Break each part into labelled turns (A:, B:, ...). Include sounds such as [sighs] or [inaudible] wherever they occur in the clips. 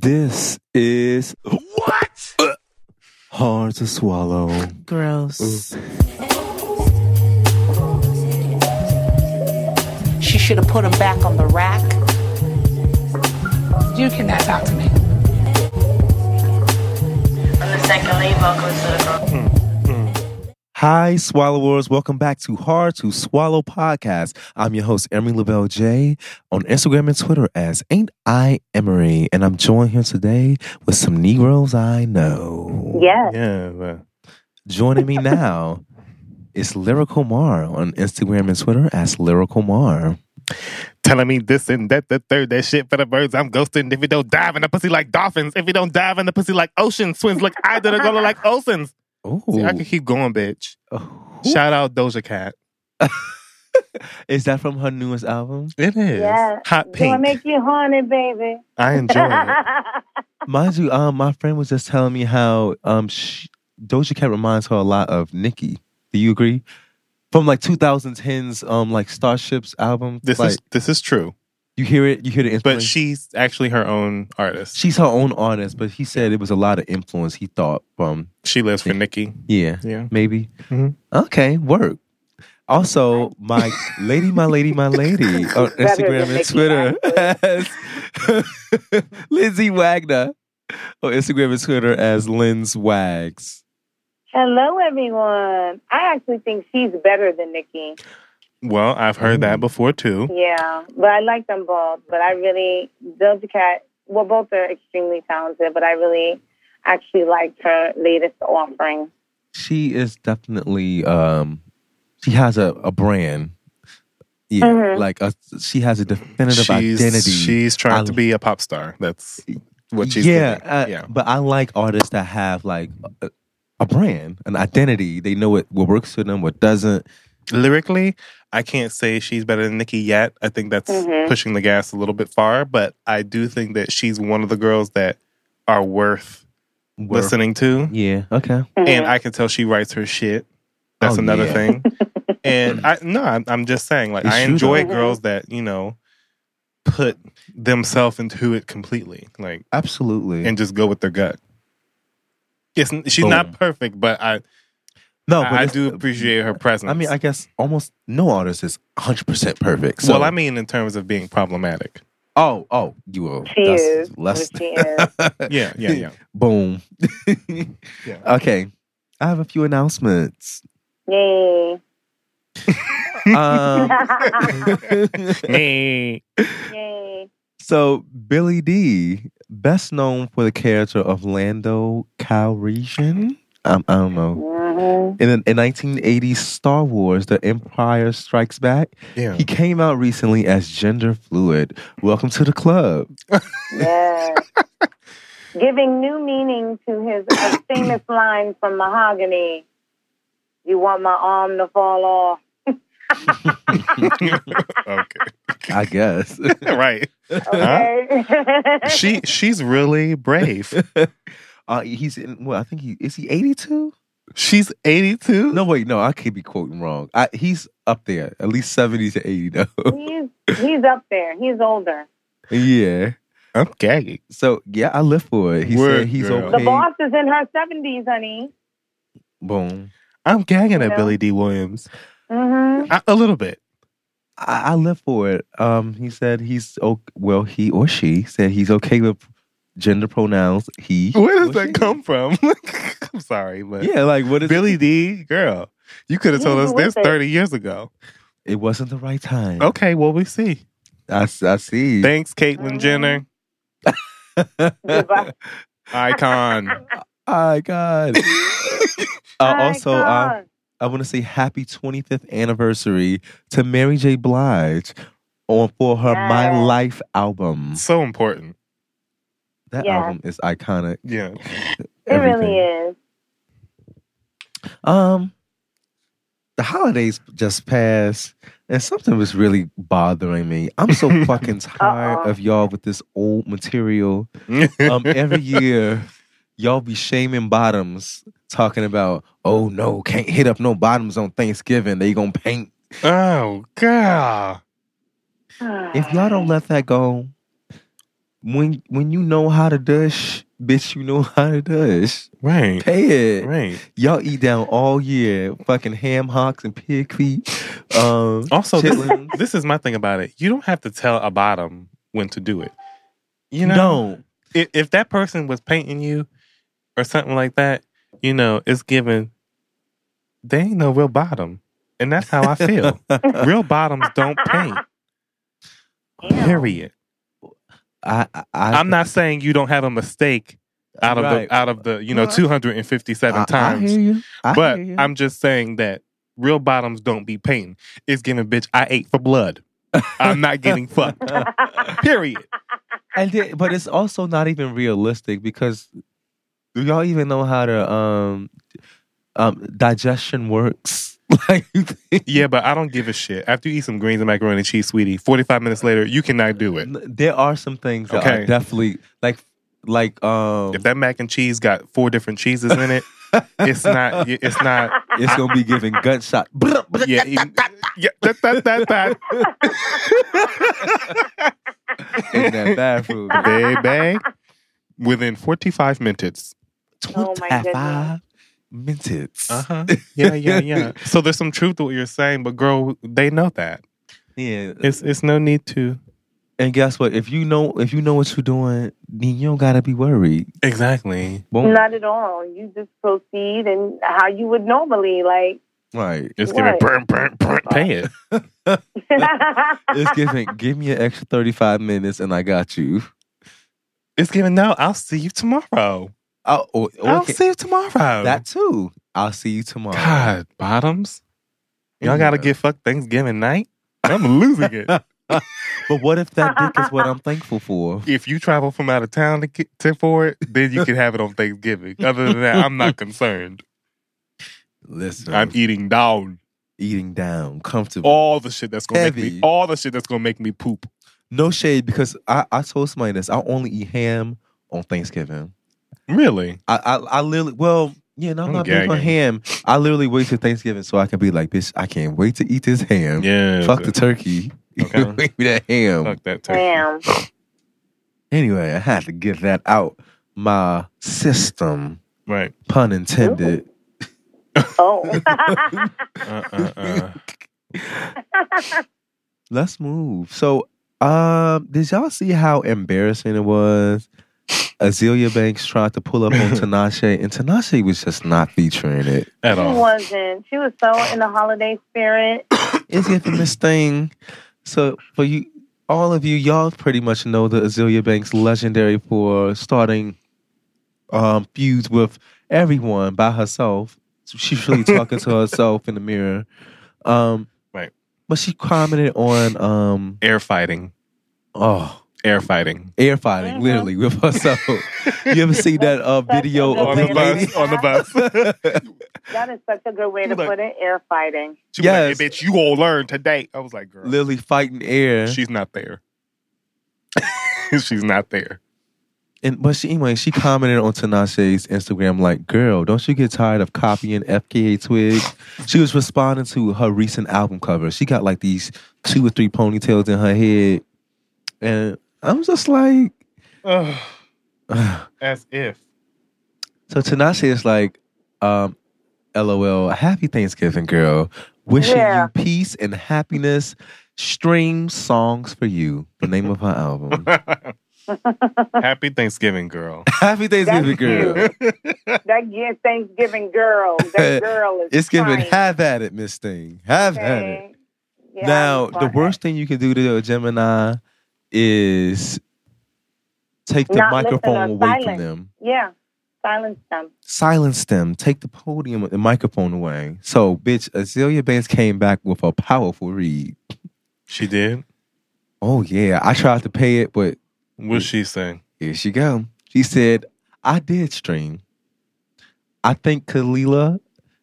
A: This is
B: What?
A: hard to swallow.
C: Gross.
D: She should have put him back on the rack.
E: You cannot talk to me.
F: I'm the second lead vocalist of the group.
A: Hi, swallowers. Welcome back to Hard to Swallow podcast. I'm your host, Emery Lavelle J, on Instagram and Twitter as Ain't I Emery. And I'm joined here today with some Negroes I know.
F: [laughs] Yes.
A: Yeah. well, Joining me now is Lyrical Mar on Instagram and Twitter as Lyrical Mar.
B: Telling me this and that, the third, that shit for the birds. I'm ghosting. If you don't dive in the pussy like dolphins, if you don't dive in the pussy like oceans, twins look I did a
F: [laughs]
B: gonna like oceans.
A: Oh,
B: See, I can keep going, bitch. Shout out Doja Cat.
A: is that from her newest album?
B: It is
F: Yeah.
B: hot
F: Do I
B: pink.
F: make you horny, baby? [laughs]
B: I enjoy it.
A: Mind you, um, my friend was just telling me how um, sh Doja Cat reminds her a lot of Nicki. Do you agree? From like 2010's um, like Starships album,
B: This
A: like
B: is this is true,
A: you hear it, you hear the
B: but
A: influence.
B: she's actually her own artist.
A: she's her own artist, but he said it was a lot of influence he thought from
B: She lives for Nicki.
A: yeah,
B: Yeah.
A: maybe.
B: Mhm.
A: Okay, work. Also, my lady, my lady, my
B: [laughs]
A: lady on
F: Better
A: Instagram
F: than
A: and
F: Nicki
A: Twitter [laughs] as Lindsay Wagner on Instagram and Twitter as Linz Wags.
F: Hello, everyone. I actually think she's better than Nikki.
B: Well, I've heard that before too.
F: Yeah, but I like them both. But I really, Doja Cat, well, both are extremely talented, but I really actually liked her latest offering.
A: she is definitely um she has a, a brand yeah
F: Mhm.
A: like a, she has a definitive
B: She's
A: identity
B: she's trying
A: I-
B: to be a pop star. That's what she's
A: yeah,
B: doing.
A: uh,
B: yeah.
A: but i like artists that have like a, a brand an identity they know what, what works for them what doesn't
B: lyrically, I can't say she's better than Nicki yet. I think that's
F: Mhm.
B: pushing the gas a little bit far, but I do think that she's one of the girls that are worth
A: work.
B: listening to.
A: yeah okay
B: And
F: Mm-hmm.
B: I can tell she writes her shit. That's
A: Oh,
B: another
A: yeah.
B: thing. and I no, I'm, I'm just saying, like
A: It's
B: I
A: true,
B: enjoy
F: though.
B: girls that you know put themselves into it completely, like
A: absolutely
B: and just go with their gut. It's, she's
A: Boom.
B: not perfect, but I
A: no
B: I, I
A: it's-
B: do appreciate her presence.
A: i mean i guess almost no artist is 100% perfect so
B: well, I mean in terms of being problematic.
A: oh oh you will
F: She
A: that's
F: is.
A: less
F: She is.
B: Yeah, yeah, yeah.
A: [laughs] boom
B: Yeah. [laughs]
A: okay i have a few announcements
B: [laughs]
F: Yay.
A: um, [laughs]
B: Hey.
F: [laughs] Yay.
A: so Billy D, best known for the character of Lando Calrissian, um, I don't know.
F: hmm
A: In, in 1980s Star Wars, The Empire Strikes Back,
B: Yeah.
A: he came out recently as gender fluid. Welcome to the club.
F: Yes. Giving new meaning to his famous line from Mahogany You want my arm to fall off?
B: [laughs] okay.
A: I
B: [laughs]
A: guess.
B: right.
F: Okay.
A: [laughs]
B: She she's really brave.
A: uh, he's in. Well, I think he is he 82.
B: She's 82.
A: No, wait, no, I could be quoting wrong. I, he's up there, at least 70 to 80 though.
F: [laughs]
A: [laughs]
F: he's, he's up there. He's older.
A: yeah.
B: I'm gagging.
A: So yeah, I live for it. He
B: Word,
A: said he's
B: girl.
A: okay.
F: The boss is in her 70s, honey.
A: Boom.
B: I'm gagging at
F: No.
B: Billy D. Williams.
F: hmm
B: I, a little bit.
A: I, I live for it. Um, he said he's okay. Well, he or she said he's okay with gender pronouns. He.
B: Where does
A: or she.
B: that come from? [laughs] I'm sorry, but
A: Yeah, like what is
B: Billy D. Girl, you could have told
F: Yeah,
B: us
F: what
B: this
F: the-
B: 30 years ago.
A: It wasn't the right time.
B: Okay, well we see.
A: I, s- I see.
B: Thanks, Caitlyn Jenner,
A: [laughs]
F: Goodbye.
B: icon.
A: My
B: [laughs]
A: God. uh, also, uh,
F: Icon.
A: I want to say happy 25th anniversary to Mary J. Blige on for her My
F: Yes.
A: Life album.
B: so important.
A: That
F: Yeah.
A: album is iconic.
B: Yeah.
F: it really is.
A: Um, the holidays just passed, and something was really bothering me. I'm so fucking tired
F: Uh-oh.
A: of y'all with this old material. Um, every year, y'all be shaming bottoms, talking about, oh no, can't hit up no bottoms on Thanksgiving. They gonna paint.
B: oh, God.
F: [sighs]
A: If y'all don't let that go, when when you know how to dush, bitch, you know how to dush.
B: Right.
A: Pay it.
B: Right.
A: Y'all eat down all year, fucking ham hocks and pig feet. Um,
B: [laughs] Also, this,
A: chitlins.
B: this is my thing about it. You don't have to tell a bottom when to do it. You know,
A: no,
B: if, if that person was painting you or something like that, you know, it's given they ain't no real bottom. And that's how
A: [laughs]
B: I feel. real bottoms don't paint. Period.
A: I, I, I
B: I'm not saying you don't have a mistake out of
A: Right.
B: the out of the, you know,
A: Right.
B: 257
A: I-
B: times.
A: I hear you. I
B: but
A: hear you.
B: I'm just saying that real bottoms don't be painting. It's giving bitch, I ate for blood. I'm not
A: [laughs]
B: getting fucked. Period.
A: [laughs] and then, but it's also not even realistic because do y'all even know how to um um digestion works? [laughs] like you think
B: Yeah, but I don't give a shit. After you eat some greens and macaroni and cheese, sweetie, 45 minutes later, you cannot do it.
A: there are some things that are
B: Okay.
A: definitely like like um
B: If that mac and cheese got four different cheeses in it, it's not, it's not,
A: it's gonna be giving gunshot. [laughs]
B: yeah. even- yeah da, da, da, da.
A: in that bathroom.
B: Baby. Within 45 minutes.
F: Oh my goodness.
A: 25 minutes.
B: huh. Yeah, yeah, yeah. So there's some truth to what you're saying, but girl, they know that.
A: Yeah.
B: It's, it's no need to.
A: and guess what? If you know if you know what you're doing, then you don't gotta be worried.
B: Exactly.
A: Boom.
F: Not at all. You just proceed and how you would
A: [laughs]
F: normally like.
A: [laughs] right.
B: It's
F: Right.
B: giving burn, burn, pay it.
A: It's giving give me an extra 35 minutes and I got you.
B: It's giving no. I'll see you tomorrow.
A: Oh, oh,
B: I'll
A: okay.
B: see you tomorrow.
A: That too. I'll see you tomorrow.
B: God bottoms. Y'all
A: Yeah.
B: gotta get fucked Thanksgiving night. I'm losing it. [laughs]
A: But what if that dick is what
F: [laughs]
A: I'm thankful for?
B: if you travel from out of town to get to for it, then you can have it on Thanksgiving. Other than that, I'm not concerned.
A: Listen,
B: I'm eating down
A: eating down comfortable.
B: all the shit that's gonna make
A: Heavy.
B: me all the shit that's gonna make me poop.
A: No shade because I, I told somebody this. I only eat ham on Thanksgiving.
B: Really?
A: I I, I literally well, yeah, no, I'm
B: I'm
A: not big on
B: gagging.
A: ham. I literally wait till Thanksgiving so I can be like, bitch, I can't wait to eat this ham.
B: Yeah.
A: Fuck the turkey. [laughs]
B: Okay.
A: Give me that ham.
B: Fuck that
F: [laughs]
B: turkey.
F: Damn.
A: Anyway, I had to get that out my system,
B: Right.
A: pun intended.
F: Oh.
A: [laughs]
B: Uh, uh, [laughs] uh.
A: Let's move. So, um, did y'all see how embarrassing it was? Azealia Banks tried to pull up
B: [laughs]
A: on Tinashe, and Tinashe was just not featuring it.
B: At
F: she
B: all.
F: wasn't. She was so in the holiday spirit.
A: [coughs] It's the infamous thing. So, for you, all of you, y'all pretty much know that Azealia Banks legendary for starting um, feuds with everyone by herself. She's really talking to herself in the mirror. Um,
B: Right.
A: But she commented on, um,
B: Air fighting.
A: oh.
B: Air fighting.
A: air fighting,
F: Mhm.
A: literally with herself. you ever seen that uh,
F: That's
A: video
F: a
A: of
B: On
A: the
B: the
F: good way to-
A: lady?
B: bus. On the bus. [laughs]
F: That is such a good way to
B: Look.
F: put it. Air fighting.
B: She was like,
A: Yes.
B: hey, bitch, you gonna learn today. I was like, girl,
A: literally fighting air.
B: she's not there. [laughs] she's not there.
A: and but she anyway, she commented on Tinashe's Instagram like, "Girl, don't you get tired of copying FKA Twigs?" She was responding to her recent album cover. She got like these two or three ponytails in her head, and I'm just like, [sighs]
B: Ugh, as [laughs] if.
A: so Tinashe is like, um, LOL, happy Thanksgiving, girl. Wishing
F: Yeah.
A: you peace and happiness. Stream songs for you. The name of her
F: [laughs]
A: album.
B: Happy Thanksgiving, girl.
A: happy Thanksgiving,
F: That's
A: girl.
F: cute. That yeah, Thanksgiving girl.
A: [laughs]
F: That girl is.
A: It's giving
F: crying.
A: have at it, Miss Thing. Have at it.
F: Okay. Yeah,
A: now,
F: I'm
A: the
F: sorry.
A: worst thing you can do to a Gemini is take the
F: Not listen or
A: microphone away from
F: silence.
A: them.
F: Yeah, silence them.
A: silence them, take the podium and microphone away. So, bitch, Azealia Banks came back with a powerful read.
B: She did.
A: Oh yeah, I tried to pay it, but
B: What's she saying?
A: here she go. She said, "I did stream. I think Kalila,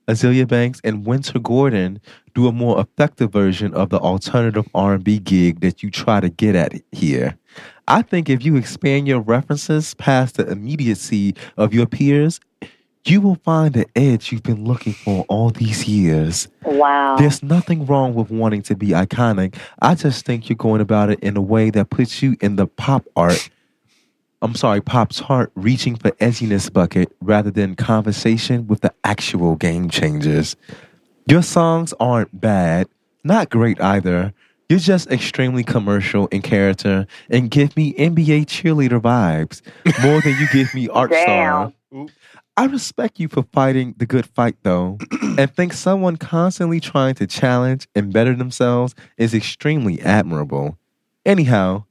A: Azealia Banks, and Winter Gordon do a more effective version of the alternative R&B gig that you try to get at here." I think if you expand your references past the immediacy of your peers, you will find the edge you've been looking for all these years.
F: Wow.
A: There's nothing wrong with wanting to be iconic. I just think you're going about it in a way that puts you in the pop art I'm sorry, Pop's heart reaching for edginess bucket rather than conversation with the actual game changers. Your songs aren't bad, not great either. You're just extremely commercial in character and give me NBA cheerleader vibes more than you give me art
F: Damn.
A: star. I respect you for fighting the good fight though, and think someone constantly trying to challenge and better themselves is extremely admirable. Anyhow,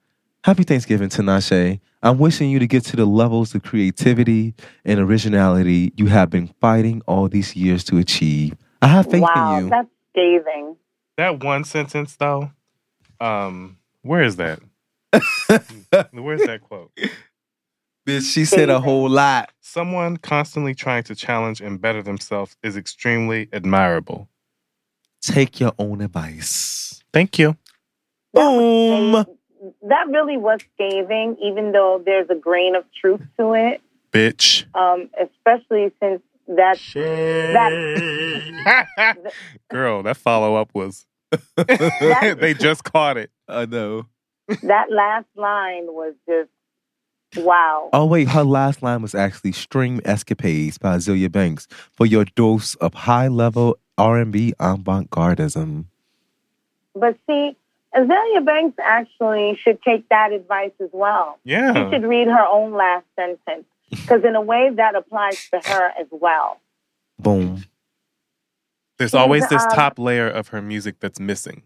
A: happy Thanksgiving, Tinashe. I'm wishing you to get to the levels of creativity and originality you have been fighting all these years to achieve. I have faith
F: wow,
A: in you.
F: that's scathing.
B: That one sentence though, um, where is [laughs] that? Where's that quote?
A: Bitch, she said a whole lot.
B: Someone constantly trying to challenge and better themselves is extremely admirable.
A: Take your own advice.
B: Thank you.
A: Boom.
F: That really was scathing, even though there's a grain of truth to it.
B: Bitch.
F: Um, especially since
A: [laughs]
F: that
B: [laughs] Girl, that follow up [laughs] was
F: That-
B: they just caught it.
A: I know.
F: that last line was just wow.
A: Oh wait, her last line was actually "Stream Escapades" by Azealia Banks for your dose of high-level R&B avant-gardism.
F: But see, Azalea Banks actually should take that advice as well. She
B: Yeah.
F: should read her own last sentence because, in a way, that applies to her as well.
A: Boom.
B: There's always this
F: Um,
B: top layer of her music that's missing.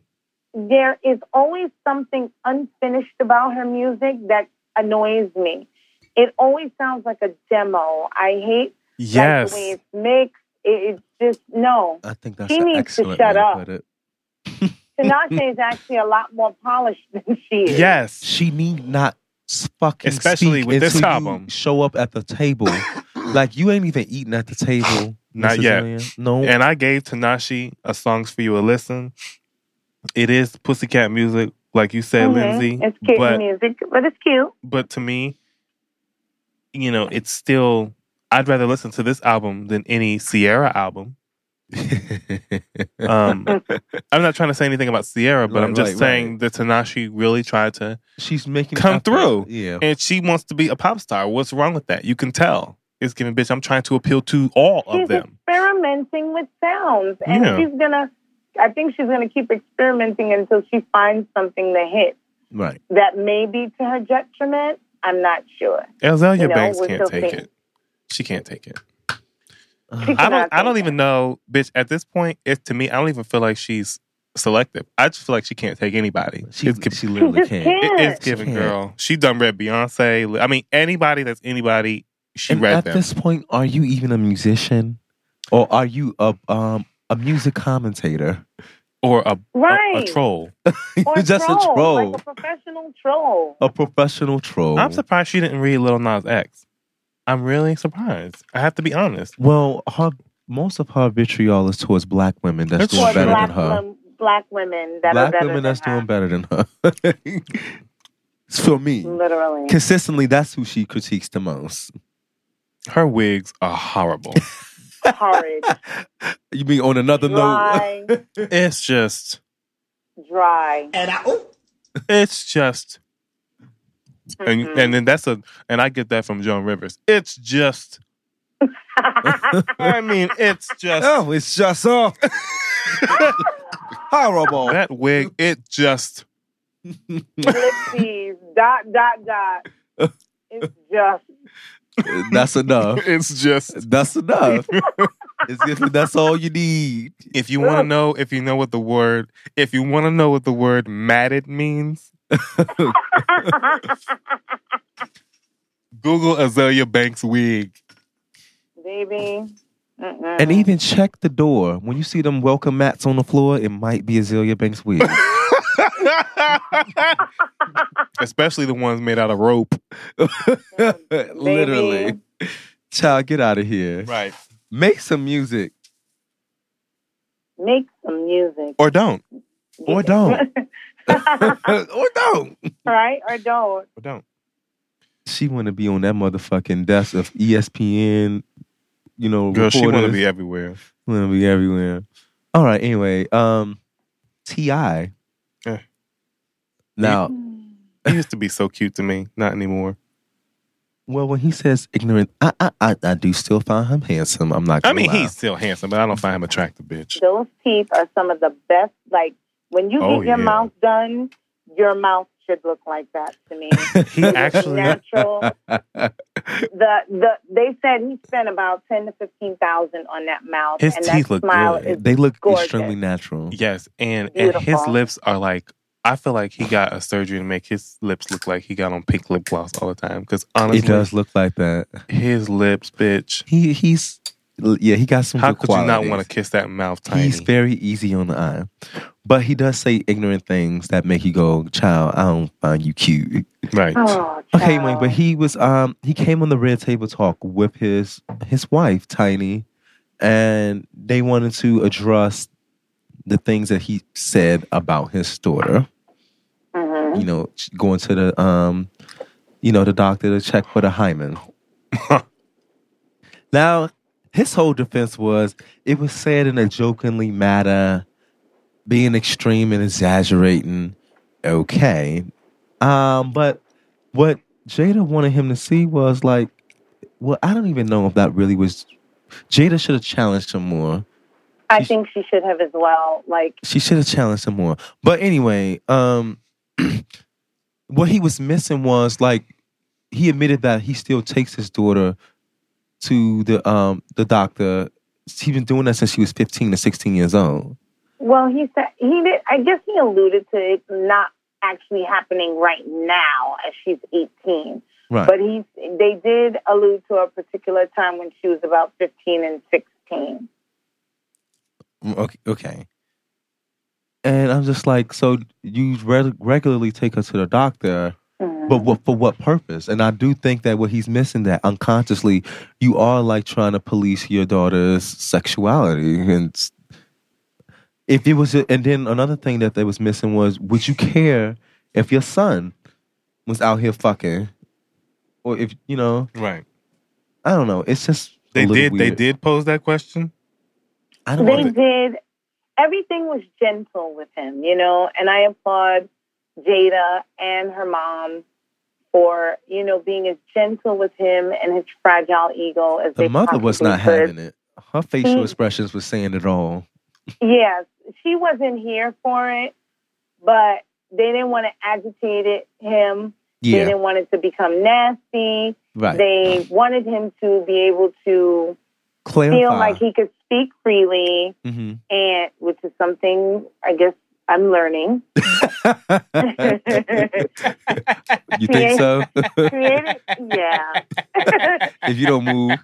F: There is always something unfinished about her music that annoys me. It always sounds like a demo. I hate like,
B: Yes.
F: the way it's mixed. It, it's just no.
A: I think that's
F: She
A: an
F: needs to
A: excellent
F: shut
A: way
F: up.
A: to put it.
F: Tinashe
B: [laughs]
F: is actually a lot more polished than she is.
B: Yes.
A: She need not s- fucking
B: Especially
A: speak
B: with this
A: until you
B: album.
A: show up at the
B: [coughs]
A: table like you ain't even eating at the table.
B: Not
A: Miss
B: yet.
A: Azealia. No.
B: And I gave Tanashi a songs for you to listen. It is pussycat music, like you said,
F: Mhm.
B: eh, Lindsay.
F: It's cute
B: but
F: music, but it's cute.
B: but to me, you know, it's still I'd rather listen to this album than any Sierra album.
F: [laughs]
B: Um, I'm not trying to say anything about Sierra, but
A: Right,
B: I'm just
A: right,
B: saying
A: right.
B: that Tanashi really tried to,
A: [laughs] She's making
B: Come
A: effort.
B: through.
A: Yeah.
B: and she wants to be a pop star. What's wrong with that? You can tell. It's giving bitch. I'm trying to appeal to all of
F: she's
B: them.
F: experimenting with sounds, and
B: Yeah.
F: she's gonna. I think she's gonna keep experimenting until she finds something that hits.
B: [coughs]
A: Right.
F: That may be to her detriment. I'm not sure.
B: Azalea
F: You know,
B: Banks
F: with
B: can't
F: the
B: take
F: thing.
B: it. She can't take it.
A: Uh,
F: She
B: I
F: cannot
B: don't. I
F: take
B: don't
F: it.
B: even know, bitch. At this point, it's to me. I don't even feel like she's selective. I just feel like she can't take anybody.
A: She,
B: it's, gi-
A: she
F: She
A: literally
F: just
A: can't.
F: can't.
B: it is giving
A: She can't.
B: girl. She done read Beyonce. li- I mean, anybody that's anybody. She
A: And
B: read
A: at
B: them.
A: this point, are you even a musician, or are you a um a music commentator? [laughs]
B: or a,
F: right.
B: a a troll.
F: Or
A: You're just a troll,
F: like a professional troll.
A: a professional troll.
B: I'm surprised she didn't read Little Nas X. I'm really surprised. I have to be honest.
A: well, her most of her vitriol is towards black women that's
B: It's
A: doing
F: Or
B: true.
A: better
F: black,
A: than her.
F: wom- black women that are
A: Black
F: better
A: women
F: than
A: that's
F: her,
A: doing better than her. it's for me. [laughs]
F: Literally.
A: Consistently, that's who she critiques the most.
B: Her wigs are horrible.
F: Horrid.
A: You mean on another note?
F: dry.
B: it's just.
F: dry.
D: And I, ooh,
B: It's just. And
F: Mhm.
B: and then that's a and I get that from Joan Rivers. It's just. I mean, it's
A: [laughs]
B: just.
A: Oh, it's just
F: [laughs]
A: so horrible.
B: That wig, it just
F: [laughs] Ellipses. dot, dot, dot.
A: [laughs]
F: It's just
A: That's enough.
B: it's just
A: That's enough. it's just, that's all you need.
B: [laughs] if you wanna know if you know what the word if you wanna know what the word matted means, Google Azalea Banks wig.
F: baby. Mm-mm.
A: And even check the door. When you see them welcome mats on the floor, it might be Azealia Banks wig.
F: [laughs]
B: Especially the ones made out of rope. [laughs]
A: Literally. Child, get out of here.
B: Right.
A: Make some music. [laughs]
F: make some music,
B: Or don't.
A: Or don't. or don't.
F: [laughs] right? Or don't.
B: Or don't.
A: She wanna be on that motherfucking desk of E ESPN, you know,
B: Girl, she wanna
A: reporters.
B: be everywhere.
A: Wanna be everywhere. All right, anyway. Um T.I.
B: Yeah.
A: Now,
B: Oh. He used to be so cute to me. Not anymore.
A: Well, when he says ignorant, I I I, I do still find him handsome. I'm not.
B: I
A: Gonna
B: mean,
A: lie.
B: he's still handsome, but I don't find him attractive, bitch.
F: Those teeth are some of the best. Like when you
B: Oh,
F: get your
B: yeah.
F: mouth done, your mouth should look like that to me.
B: [laughs]
A: [laughs]
B: He
F: It is
B: actually, [laughs]
F: natural. the the they said he spent about ten to fifteen thousand on that mouth.
B: His
F: and
B: teeth
F: that
B: look
F: smile
B: good.
F: is
A: they look
F: gorgeous.
A: extremely natural.
B: yes, and and his
F: Beautiful.
B: lips are like. I feel like he got a surgery to make his lips look like he got on pink lip gloss all the time. Because honestly,
A: it does look like that.
B: his lips, bitch.
A: He he's yeah. He got some.
B: How
A: good
B: could you not
A: qualities.
B: want to kiss that mouth tiny?
A: He's very easy on the eye, but he does say ignorant things that make you go, "Child, I don't find you cute."
B: right.
F: Oh,
A: Okay,
F: child.
A: Wayne, but he was um he came on the Red Table Talk with his his wife Tiny, and they wanted to address the things that he said about his daughter.
F: Mhm.
A: You know, ch- going to the um, you know, the doctor to check for the hymen. [laughs] now, his whole defense was it was said in a jokingly manner, being extreme and exaggerating. Okay, um, but what Jada wanted him to see was like, well, I don't even know if that really was. Jada should have challenged him more.
F: I think she should have as well. Like
A: She should have challenged him more. But anyway, um, [clears throat] what he was missing was like he admitted that he still takes his daughter to the um the doctor. He's been doing that since she was fifteen to sixteen years old.
F: Well, he said he did. I guess he alluded to it not actually happening right now, as she's eighteen.
A: Right.
F: But he, they did allude to a particular time when she was about fifteen and sixteen.
A: Mm, Okay. okay. And I'm just like, so you reg- regularly take her to the doctor,
F: Mhm.
A: but what, for what purpose? And I do think that what he's missing that unconsciously, you are like trying to police your daughter's sexuality. And s- if it was, a- and then another thing that they was missing was, would you care if your son was out here fucking, or if you know,
B: Right.
A: I don't know. It's just a
B: They
A: little
B: did. They
A: weird.
B: did pose that question.
A: I don't
F: They
A: know.
F: did. Everything was gentle with him, you know. And I applaud Jada and her mom for you know being as gentle with him and his fragile ego as
A: The
F: they Mm.
A: mother was
F: possibly
A: not
F: could.
A: having it. Her facial
F: He-
A: expressions were saying it all.
F: Yes, she wasn't here for it, but they didn't want to agitate it, him. They
A: Yeah,
F: didn't want it to become nasty.
A: right.
F: They wanted him to be able to
A: Clarify.
F: feel like he could speak freely,
A: Mhm.
F: and which is something I guess
A: [laughs]
F: I'm learning. [laughs]
A: Mm-hmm. you think so?
F: Creating, yeah, [laughs]
A: if you don't move,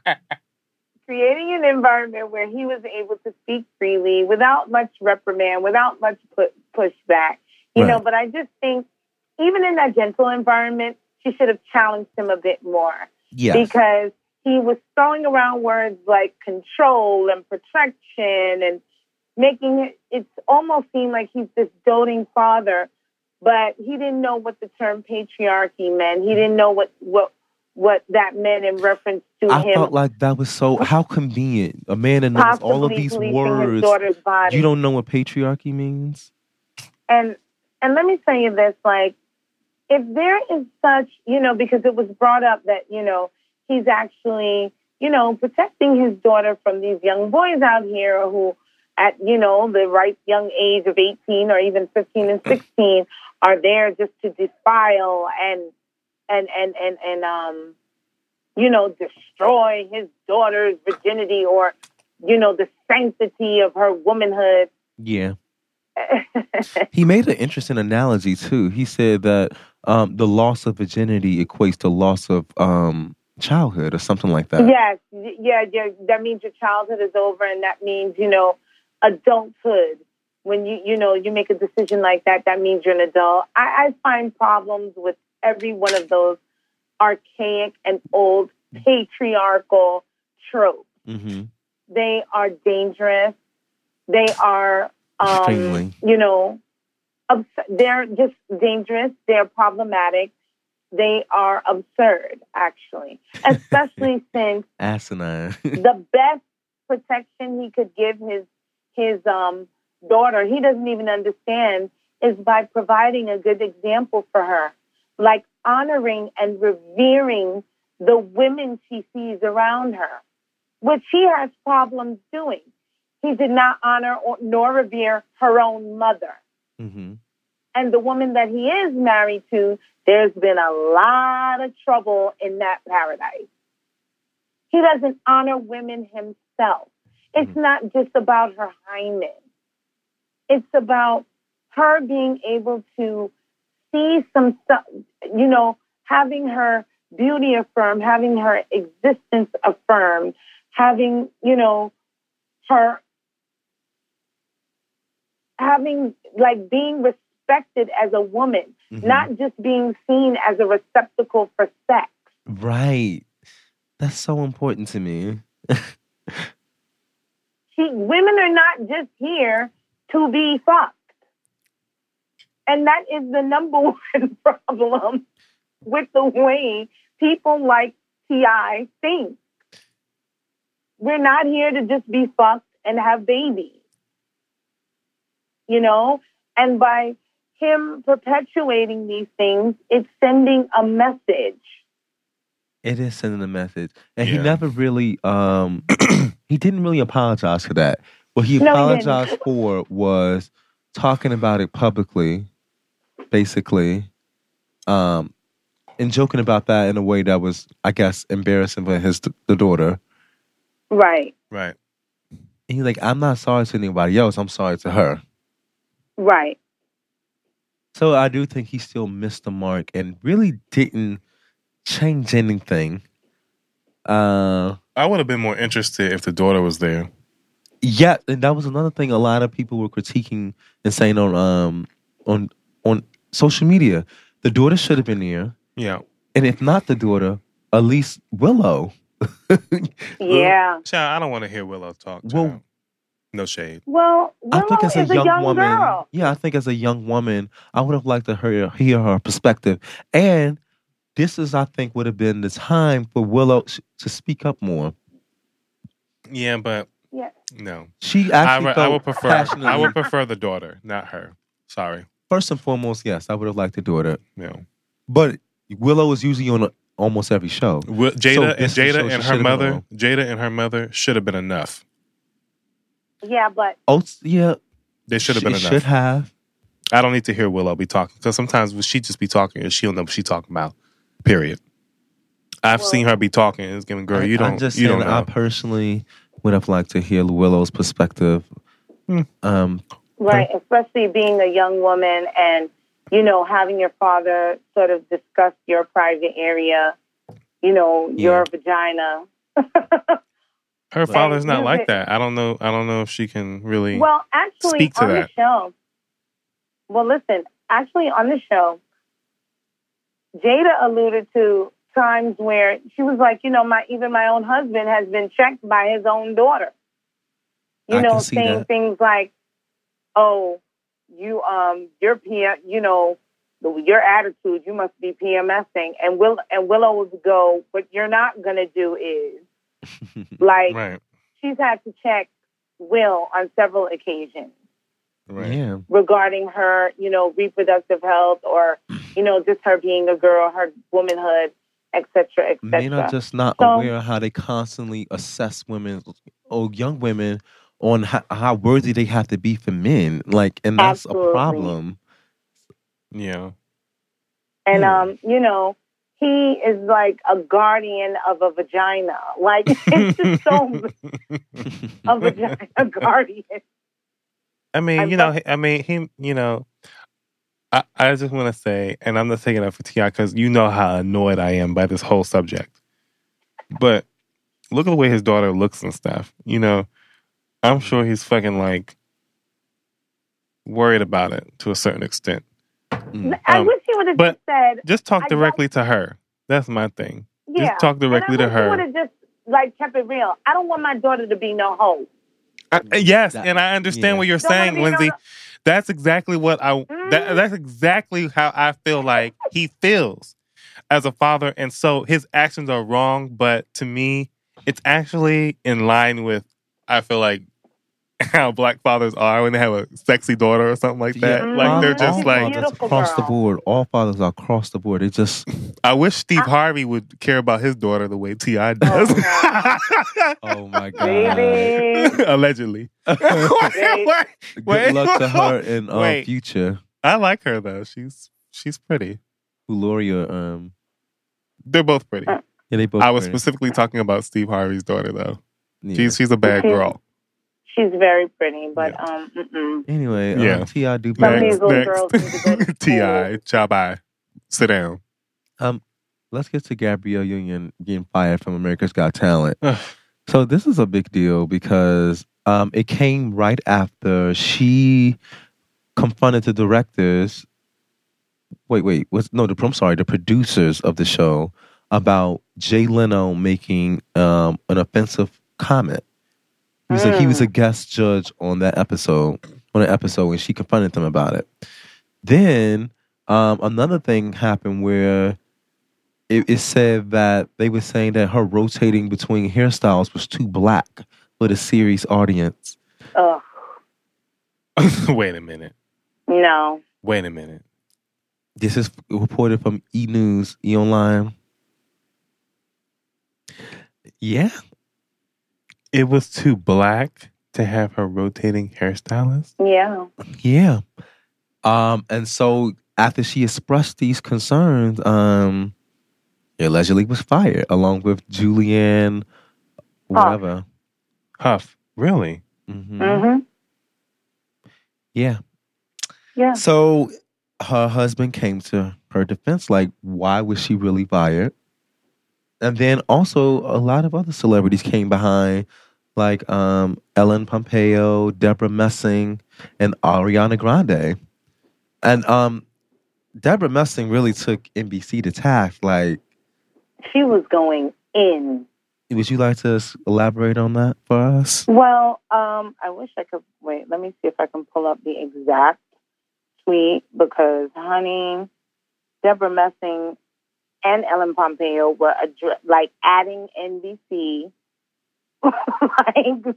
F: creating an environment where he was able to speak freely without much reprimand, without much pu- pushback. You know,
A: Right.
F: but I just think even in that gentle environment, she should have challenged him a bit more.
A: [laughs] yeah,
F: because he was throwing around words like control and protection and making it it's almost seem like he's this doting father but he didn't know what the term patriarchy meant he didn't know what what what that meant in reference to
A: I
F: him
A: felt like that was so how convenient. A man that knows
F: possibly
A: all of these
F: policing his
A: words,
F: daughter's body
A: you don't know what patriarchy means.
F: and and let me tell you this like if there is such you know because it was brought up that you know he's actually you know protecting his daughter from these young boys out here who at you know the ripe young age of 18 or even 15 and 16 are there just to defile and and and and and um you know destroy his daughter's virginity or you know the sanctity of her womanhood
A: Yeah.
F: [laughs]
A: he made an interesting analogy too. He said that um, the loss of virginity equates to loss of um, childhood or something like that.
F: Yes, y- yeah, yeah. That means your childhood is over, and that means you know adulthood. When you you know you make a decision like that, that means you're an adult. I, I find problems with every one of those archaic and old patriarchal tropes.
A: Mm-hmm.
F: They are dangerous. They are,
A: Extremely.
F: um, you know, obs- they're just dangerous. They're problematic. They are absurd,
A: [laughs]
F: actually, especially since
A: Asinine. [laughs]
F: the best protection he could give his his um daughter he doesn't even understand is by providing a good example for her like honoring and revering the women she sees around her, which she has problems doing. He did not honor or, nor revere her own mother.
A: Mm-hmm.
F: And the woman that he is married to, there's been a lot of trouble in that paradise. He doesn't honor women himself. It's
A: Mhm.
F: not just about her hymen, it's about her being able to see some stuff, you know, having her beauty affirmed, having her existence affirmed, having, you know, her having like being respected as a woman,
A: Mm-hmm.
F: not just being seen as a receptacle for sex.
A: right. That's so important to me.
F: She, women are not just here to be fucked. And that is the number [laughs] one problem with the way people like T.I. think. We're not here to just be fucked and have babies. You know? And by him perpetuating these things, it's sending a message.
A: It is sending a message, and he
B: Yeah.
A: never really, um, he didn't really apologize for that. What he
F: No, he didn't.
A: apologized for was talking about it publicly, basically, um, and joking about that in a way that was, I guess, embarrassing for his the daughter.
F: Right,
B: Right.
A: And he's like, "I'm not sorry to anybody else. I'm sorry to her."
F: right.
A: So I do think he still missed the mark and really didn't change anything. Uh,
B: I would have been more interested if the daughter was there.
A: yeah, and that was another thing. A lot of people were critiquing and saying on um on on social media, the daughter should have been there,
B: Yeah.
A: and if not the daughter, at least Willow.
F: Yeah.
B: Child, I don't want to hear Willow talk.
A: Well-
B: child. no shade.
F: Well, Willow
A: I think as a
F: is
A: young,
F: a young
A: woman,
F: girl.
A: yeah, I think as a young woman, I would have liked to hear, hear her perspective. And this is, I think, would have been the time for Willow sh- to speak up more.
B: Yeah, but
F: Yeah.
B: no.
A: She
B: I,
A: actually
B: re- I
A: felt
B: would prefer
A: passionately-
B: I would prefer the daughter, not her. Sorry.
A: First and foremost, yes, I would have liked to do it,
B: No.
A: but Willow is usually on almost every show.
B: Wi- Jada and
A: this shows
B: Jada
A: she
B: and
A: should've
B: her
A: been
B: mother,
A: alone.
B: Jada and her mother should have been enough.
F: Yeah, but
A: Oh, yeah,
B: They should have
A: she-
B: been
A: it
B: enough.
A: Should have.
B: I don't need to hear Willow be talking because sometimes when she just be talking and she don't know what she talking about. Period. I've
F: Well-
B: seen her be talking and it's giving girl,
A: I-
B: you don't,
A: I'm just
B: you
A: saying,
B: don't
A: I
B: know.
A: personally would have liked to hear Willow's perspective.
B: Hmm.
A: Um,
F: Right, especially being a young woman and, you know, having your father sort of discuss your private area, you know, your vagina.
B: Her father's not
F: you
B: like
F: hit-
B: that. I don't know. I don't know if she can really.
F: Well, actually,
B: Speak to
F: on the
B: that.
F: show, well, listen, actually, on the show, Jada alluded to times where she was like, you know, my even my own husband has been checked by his own daughter. You
A: I
F: know,
A: can see
F: saying
A: that.
F: things like, "Oh, you um, your PM, you know, your attitude, you must be PMSing," and Will and Willow would go, "What you're not gonna do is like
B: right,
F: she's had to check Will on several occasions."
B: right.
A: Yeah,
F: regarding her, you know, reproductive health or, you know, just her being a girl, her womanhood, et cetera, et
A: men
F: cetera.
A: are just not
F: So-
A: aware of how they constantly assess women or young women on how, how worthy they have to be for men. Like, and that's
F: Absolutely.
A: a problem.
B: Yeah.
F: and,
A: yeah.
F: um, you know, he is like a guardian of a vagina. Like, [laughs] it's just so a vagina guardian.
B: I mean,
F: I
B: you know, I mean, he, you know, I, I just want to say, and I'm not saying that for Ti because you know how annoyed I am by this whole subject. But look at the way his daughter looks and stuff. You know, I'm sure he's fucking like worried about it to a certain extent.
A: [laughs] Mm.
F: I
B: Um,
F: wish he would have
B: but-
F: just said,
B: Just talk
F: I don't-
B: directly to her. That's my thing.
F: yeah.
B: Just talk directly
F: and I
B: to
F: wish He would
B: her.
F: have just like kept it real. I don't want my daughter to be no hoe.
B: I- yes,
A: That-
B: and I understand
A: yeah.
B: what you're
F: Don't wanna
B: saying,
F: be no-
B: Lindsay. That's exactly what I. That,
F: Mm.
B: that's exactly how I feel like he feels as a father, and so his actions are wrong. But to me, it's actually in line with I feel like [laughs] how black fathers are when they have a sexy daughter or something like that.
F: Yeah.
B: Like they're
F: Mhm.
B: just
F: All
A: Uh-huh.
B: like,
F: fathers. Beautiful
A: across the
F: girl.
A: board. All fathers are across the board. They
B: [laughs]
A: just
B: I wish Steve Harvey would care about his daughter the way Ti does.
F: Oh,
A: oh my god.
F: Baby.
B: [laughs] Allegedly.
A: [laughs]
B: [laughs]
A: Good
B: Wait.
A: luck to
B: [laughs]
A: her and uh,
B: Wait.
A: future
B: I like her though. She's she's pretty.
A: Gloria. Um,
B: They're both pretty.
A: yeah, they both.
B: I was
A: pretty.
B: specifically talking about Steve Harvey's daughter though.
A: Yeah.
B: She's she's a bad
F: Okay.
B: girl.
F: She's very pretty, but
B: Yeah.
F: um, mm-mm.
A: Anyway, yeah.
B: Yeah.
A: um, Ti do
F: Some of these
A: bad.
B: Next,
F: little girls need to
B: [laughs]
F: go to
B: next. Ti,
F: school.
B: Chabai, sit down. [laughs]
A: Let's get to Gabrielle Union getting fired from America's Got Talent.
B: Ugh.
A: so this is a big deal because um, it came right after she confronted the directors. Wait, wait, was no the I'm sorry, the producers of the show about Jay Leno making um, an offensive comment. He was like he was a guest judge on that episode, on an episode, and she confronted them about it. Then um, another thing happened where it, it said that they were saying that her rotating between hairstyles was too black for the series audience.
F: Ugh,
B: Wait a minute.
F: no.
B: Wait a minute.
A: This is reported from E News, E Online. Yeah,
B: It was too black to have her rotating hairstylist.
F: Yeah.
A: yeah. Um, and so after she expressed these concerns, um, allegedly was fired along with Julianne, whatever.
B: Huff, really?
A: hmm
F: Mm-hmm.
A: Yeah.
F: Yeah.
A: [laughs] So her husband came to her defense, like, why was she really fired? And then also a lot of other celebrities came behind, like um, Ellen Pompeo, Deborah Messing, and Ariana Grande. And um, Deborah Messing really took NBC to task. Like,
F: She was going in.
A: would you like to s- elaborate on that for us?
F: Well, um, I wish I could wait. Let me see if I can pull up the exact tweet because, honey, Deborah Messing and Ellen Pompeo were addre- like adding NBC. [laughs] like,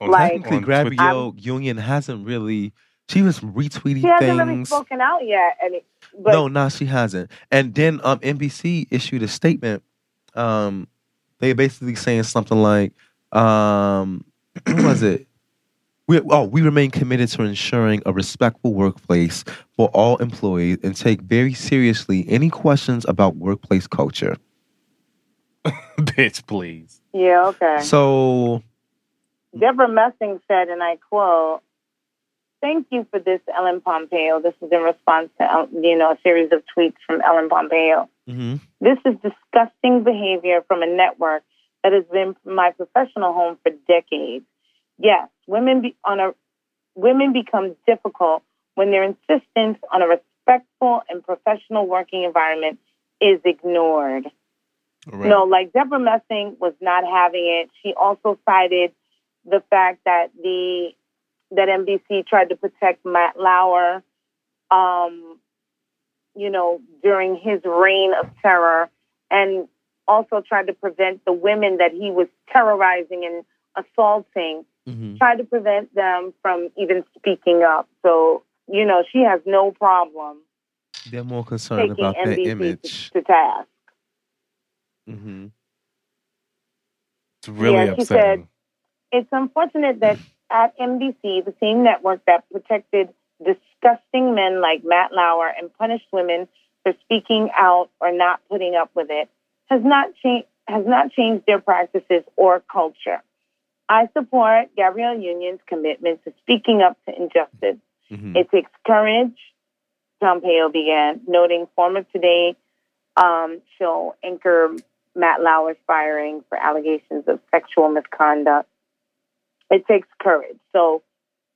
B: On-
F: Like-
A: Technically,
B: on Twitter.
A: Gabrielle Union hasn't really. She was retweeting
F: she hasn't really
A: things.
F: spoken out yet. And it, but
A: no, nah, she hasn't. And then um, NBC issued a statement. Um, they basically saying something like, um, [clears throat] "What was it? We, oh, we remain committed to ensuring a respectful workplace for all employees and take very seriously any questions about workplace culture."
B: [laughs] Bitch, please.
F: yeah, okay.
A: So,
F: Deborah Messing said, and I quote, Thank you for this, Ellen Pompeo. This is in response to, um, you know, a series of tweets from Ellen Pompeo.
A: mhm.
F: This is disgusting behavior from a network that has been my professional home for decades. Yes, women be on a women become difficult when their insistence on a respectful and professional working environment is ignored.
B: Right.
F: No, like Deborah Messing was not having it. She also cited the fact that the that NBC tried to protect Matt Lauer, um, you know, during his reign of terror, and also tried to prevent the women that he was terrorizing and assaulting,
A: Mhm.
F: tried to prevent them from even speaking up. So you know, she has no problem
A: they're more concerned
F: taking
A: about that
F: NBC to-
A: image.
F: to task.
A: hmm
B: It's really
F: Yeah, she
B: upsetting.
F: it's unfortunate that at NBC, the same network that protected disgusting men like Matt Lauer and punished women for speaking out or not putting up with it, has not changed has not changed their practices or culture. I support Gabrielle Union's commitment to speaking up to injustice.
A: hmm
F: It takes courage, Pompeo began, noting former Today um, show anchor Matt Lauer's firing for allegations of sexual misconduct. It takes courage. So,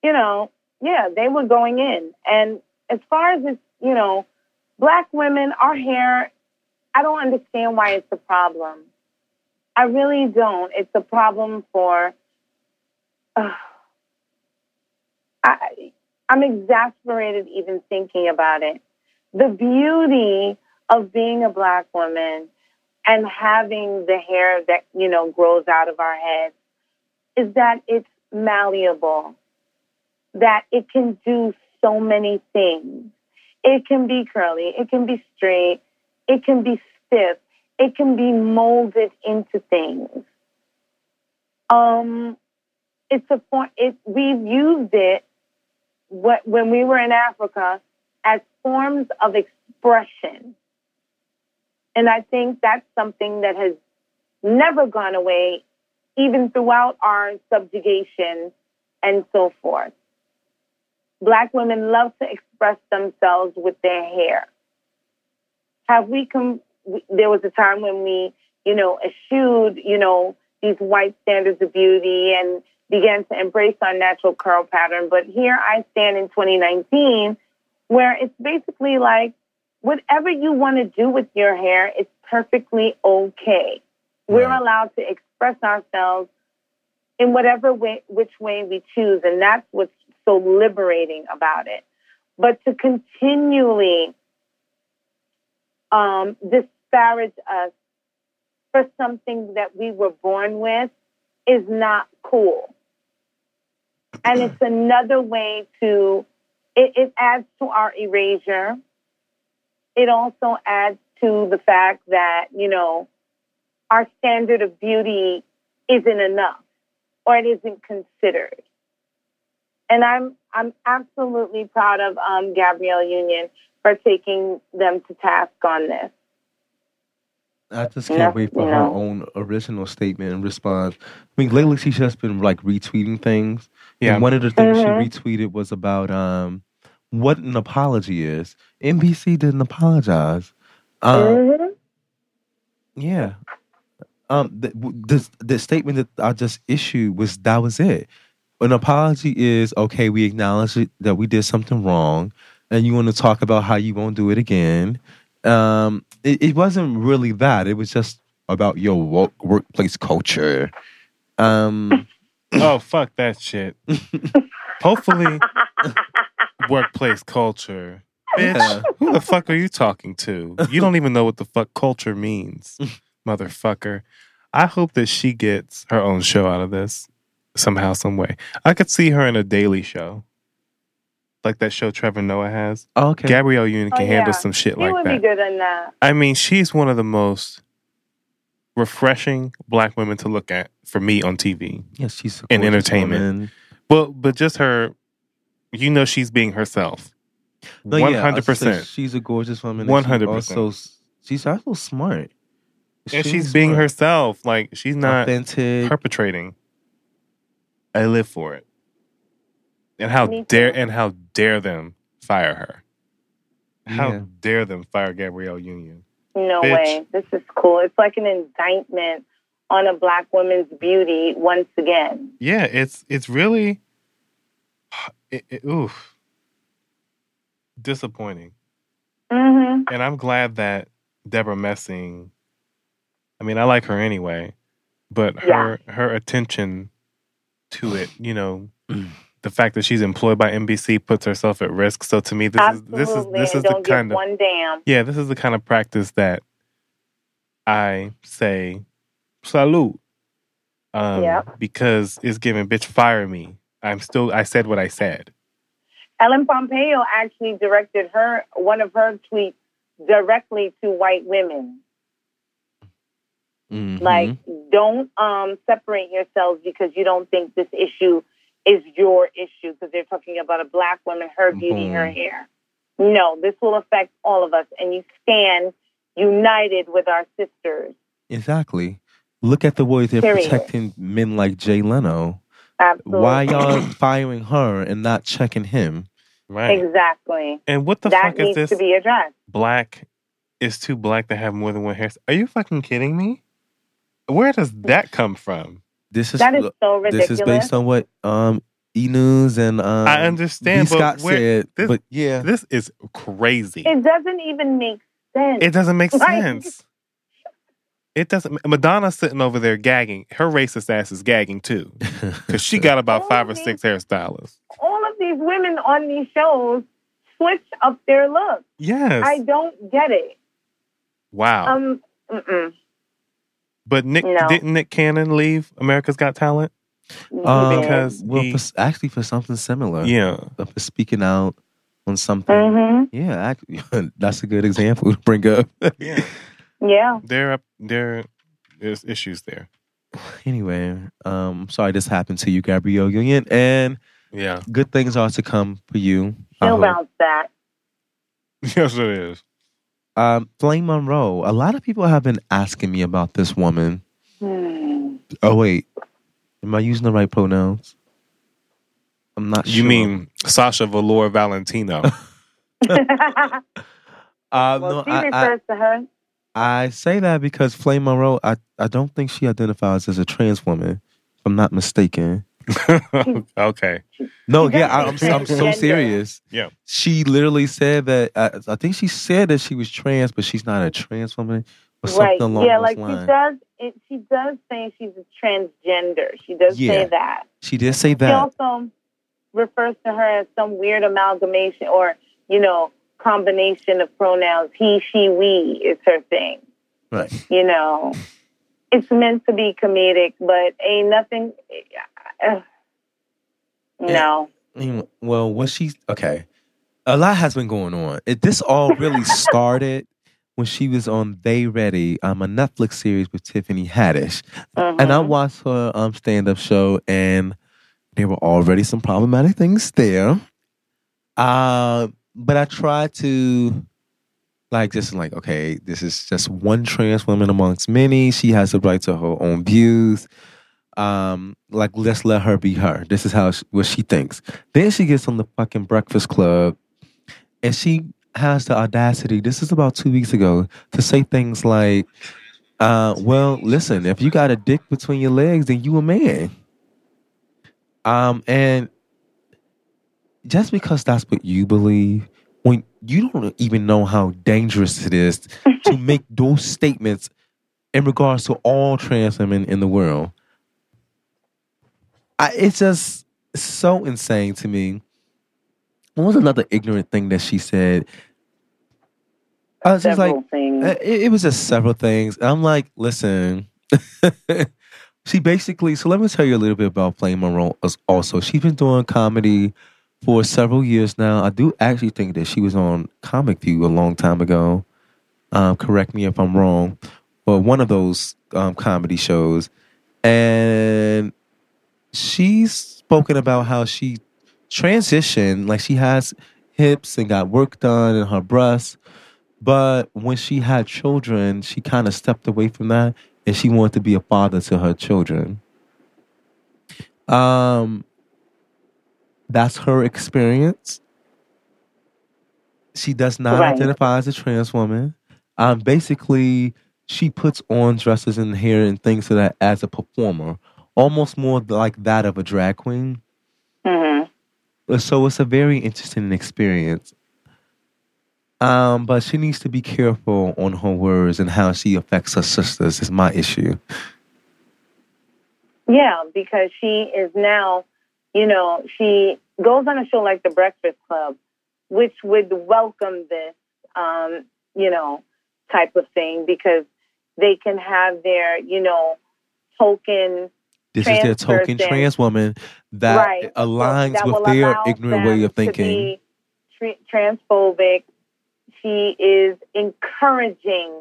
F: you know, yeah, they were going in. And as far as, it's, you know, black women, our hair, I don't understand why it's a problem. I really don't. It's a problem for. uh, I, I'm exasperated even thinking about it. The beauty of being a black woman and having the hair that, you know, grows out of our heads is that it's malleable that it can do so many things. It can be curly, it can be straight, it can be stiff, it can be molded into things. Um, it's a form. It we've used it what, when we were in Africa as forms of expression, and I think that's something that has never gone away, even throughout our subjugation and so forth. Black women love to express themselves with their hair. Have we come? There was a time when we, you know, eschewed, you know, these white standards of beauty and began to embrace our natural curl pattern. But here I stand in 2019, where it's basically like whatever you want to do with your hair is perfectly okay. We're
A: Right.
F: allowed to express ourselves in whatever way, which way we choose. And that's what's so liberating about it. But to continually um, disparage us for something that we were born with is not cool. And it's another way to, it, it adds to our erasure. It also adds to the fact that, you know, our standard of beauty isn't enough or it isn't considered. And I'm, I'm absolutely proud of um, Gabrielle Union for taking them to task on this.
A: I just
F: Yeah,
A: can't wait for her
F: yeah.
A: own original statement and response. I mean, lately she's just been like retweeting things.
B: Yeah.
A: And one of the things
F: Mhm.
A: she retweeted was about um, what an apology is. NBC didn't apologize. Um,
F: Mhm.
B: Uh,
A: Yeah. Um, the, the the statement that I just issued was that was it. An apology is okay. We acknowledge it- that we did something wrong, and you want to talk about how you won't do it again. Um, it, it wasn't really that. It was just about your wo- workplace culture. Um,
B: oh fuck that shit. Hopefully, workplace culture.
A: Yeah.
B: Bitch, who the fuck are you talking to? You don't even know what the fuck culture means, motherfucker. I hope that she gets her own show out of this somehow, some way. I could see her in a daily show, like that show Trevor Noah has.
A: okay.
B: Gabrielle Union
F: Oh,
B: can handle
F: yeah.
B: some shit
F: He
B: like
F: would
B: that.
F: be good in that.
B: I mean, she's one of the most refreshing black women to look at for me on TV.
A: yeah, she's a
B: In
A: gorgeous
B: entertainment.
A: woman.
B: Well, but just her, you know, she's being herself.
A: No,
B: One
A: yeah, I
B: hundred
A: was gonna say
B: percent,
A: She's a gorgeous woman. and she
B: 100%.
A: Also, s- she's also smart.
B: and she's being
A: smart.
B: herself. Like she's not
A: authentic.
B: perpetrating. I live for it. And how
F: Me too.
B: dare and how dare them fire her? How
A: Yeah.
B: dare them fire Gabrielle Union?
F: No
B: Bitch.
F: way. This is cool. It's like an indictment on a black woman's beauty once again.
B: Yeah, it's it's really, [sighs] it, it, oof, disappointing.
F: Mm-hmm.
B: and I'm glad that Deborah Messing. I mean, I like her anyway, but her her attention to it, you know, the fact that she's employed by NBC puts herself at risk. So to me, this
F: Absolutely.
B: is this is this is
F: and
B: the
F: don't
B: kind
F: give
B: of
F: one damn.
B: yeah, this is the kind of practice that I say salute. Um,
F: Yep.
B: Because it's giving bitch fire me. I'm still I said what I said.
F: Ellen Pompeo actually directed her one of her tweets directly to white women.
A: Mhm.
B: Mm-hmm.
F: Like, don't um, separate yourselves because you don't think this issue is your issue because they're talking about a black woman, her beauty, her
A: Boom.
F: hair. No, this will affect all of us, and you stand united with our sisters.
A: Exactly. Look at the way they're
F: Period.
A: protecting men like Jay Leno.
F: Absolutely.
A: Why y'all [coughs] firing her and not checking him?
B: Right.
F: Exactly.
B: And what the
F: that
B: fuck is
F: needs
B: this?
F: to be addressed.
B: black is too black to have more than one hairstyle. Are you fucking kidding me? Where does that come from?
A: This is,
F: That is so ridiculous.
A: this is based on what um E News and um,
B: I understand,
A: B.
B: but
A: Scott
B: where-
A: said.
B: this-
A: but yeah,
B: This is crazy. It,
F: it doesn't even make sense.
B: doesn't make
F: Right.
B: sense. It doesn't. Madonna's sitting over there gagging. Her racist ass is gagging too, because she got about five or six hairstylists.
F: all of these women on these shows switch up their look.
B: Yes.
F: I don't get
A: Oh.
F: it.
B: wow.
F: Um, mm-mm.
B: but Nick
F: no.
B: didn't Nick Cannon leave America's Got Talent?
A: Um,
B: Because
A: [laughs]
B: [laughs]
A: well,
B: he-
A: for, s- actually, for something similar,
B: Yeah.
A: [laughs] Uh, for speaking out on something.
F: hmm
A: Yeah, actually, [laughs] that's a good example to bring up.
B: Yeah.
F: Yeah.
B: There are there there's issues there.
A: anyway, um, I'm sorry this happened to you, Gabrielle Union, and
B: Yeah. [laughs]
A: good things are to come for you. I
F: Know
A: hope.
F: about
A: [laughs]
F: that.
B: yes it is.
A: Um, Flame Monroe. A lot of people have been asking me about this woman.
F: Hmm. [laughs]
A: Oh wait, am I using the right pronouns? I'm not.
B: You
A: sure.
B: mean Sasha Valor Valentino. [laughs]
F: well,
A: Uh, no,
F: she
A: I- I,
F: refers to her.
A: I say that because Flame Monroe, I, I don't think she identifies as a trans woman, if I'm not mistaken.
B: okay.
A: No,
F: She
A: yeah, I, I'm,
F: doesn't
A: I'm
F: say
A: so
F: gender.
A: serious.
B: Yeah.
A: She literally said that, I, I think she said that she was trans, but she's not a trans woman or
F: Right.
A: something along
F: Yeah,
A: those
F: like she
A: lines.
F: does it, she does say she's a transgender. She does
A: Yeah.
F: say that.
A: She did say
F: She
A: that.
F: also refers to her as some weird amalgamation or, you know, combination of pronouns. He, she, we is her thing.
A: Right.
F: You know, it's meant to be comedic, but ain't nothing. Uh, no.
A: Anyway, Well, what she, okay. A lot has been going on. It, this all really started when she was on They Ready, um, a Netflix series with Tiffany Haddish. And I
F: Mhm.
A: watched her um, stand up show, and there were already some problematic things there. Uh, but I tried to, like, just like, okay, this is just one trans woman amongst many. She has the right to her own views. Um, like, let's let her be her. This is how she, what she thinks. Then she gets on the fucking Breakfast Club, and she has the audacity. This is about two weeks ago to say things like, uh, well, listen, if you got a dick between your legs, then you a man. Um, and just because that's what you believe, when you don't even know how dangerous it is to make those statements in regards to all trans women in the world, I, it's just so insane to me. What was another ignorant thing that she said? I was just like,
F: Several things.
A: uh, It, it was just several things. And I'm like, listen. [laughs] she basically, so let me tell you a little bit about Flame Monroe as- also. She's been doing comedy for several years now. I do actually think that she was on Comic View a long time ago. Um, correct me if I'm wrong, but one of those um, comedy shows. And she's spoken about how she transitioned, like she has hips and got work done and her breasts. But when she had children, she kind of stepped away from that and she wanted to be a father to her children. Um, that's her experience. She does not
F: Right.
A: identify as a trans woman. Um, basically, she puts on dresses and hair and things to that as a performer, almost more like that of a drag queen.
F: Mhm.
A: So it's a very interesting experience. Um, but she needs to be careful on her words and how she affects her sisters is my issue.
F: Yeah, because she is now, you know, she goes on a show like The Breakfast Club, which would welcome this, um, you know, type of thing because they can have their, you know, token.
A: This is their
F: Trans
A: token
F: person.
A: trans woman that
F: right,
A: aligns
F: that
A: with
F: will
A: their
F: allow
A: ignorant
F: them
A: way of
F: to
A: thinking.
F: be tr- transphobic. She is encouraging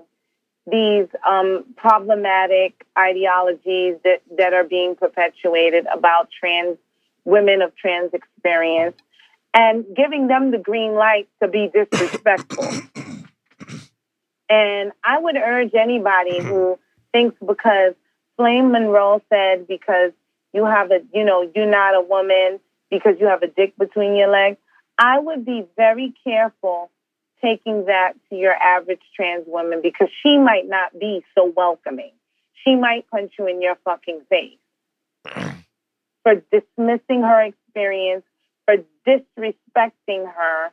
F: these um, problematic ideologies that, that are being perpetuated about trans women of trans experience and giving them the green light to be
A: [coughs]
F: disrespectful. and I would urge anybody who thinks because Flame Monroe said because you have a, you know, you're not a woman because you have a dick between your legs. I would be very careful taking that to your average trans woman because she might not be so welcoming. She might punch you in your fucking face for dismissing her experience, for disrespecting her,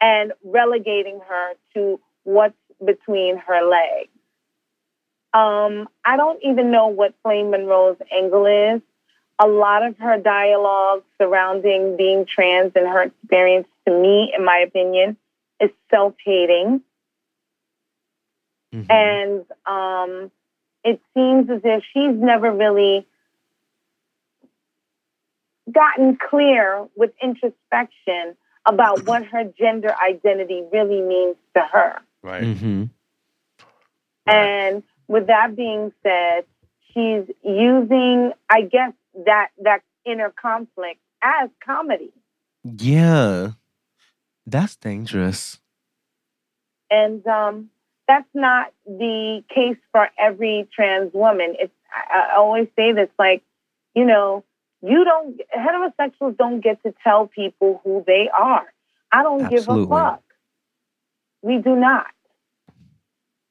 F: and relegating her to what's between her legs. Um, I don't even know what Flame Monroe's angle is a lot of her dialogue surrounding being trans and her experience, to me, in my opinion, is self hating.
A: Mhm.
F: And um, it seems as if she's never really gotten clear with introspection about what her gender identity really means to her.
B: Right.
A: Mm-hmm.
F: And with that being said, she's using, I guess, that that inner conflict as comedy.
A: Yeah. That's dangerous.
F: and um, that's not the case for every trans woman. It's I, I always say this, like you know, you don't heterosexuals don't get to tell people who they are. I don't give a
A: Absolutely.
F: fuck. We do not.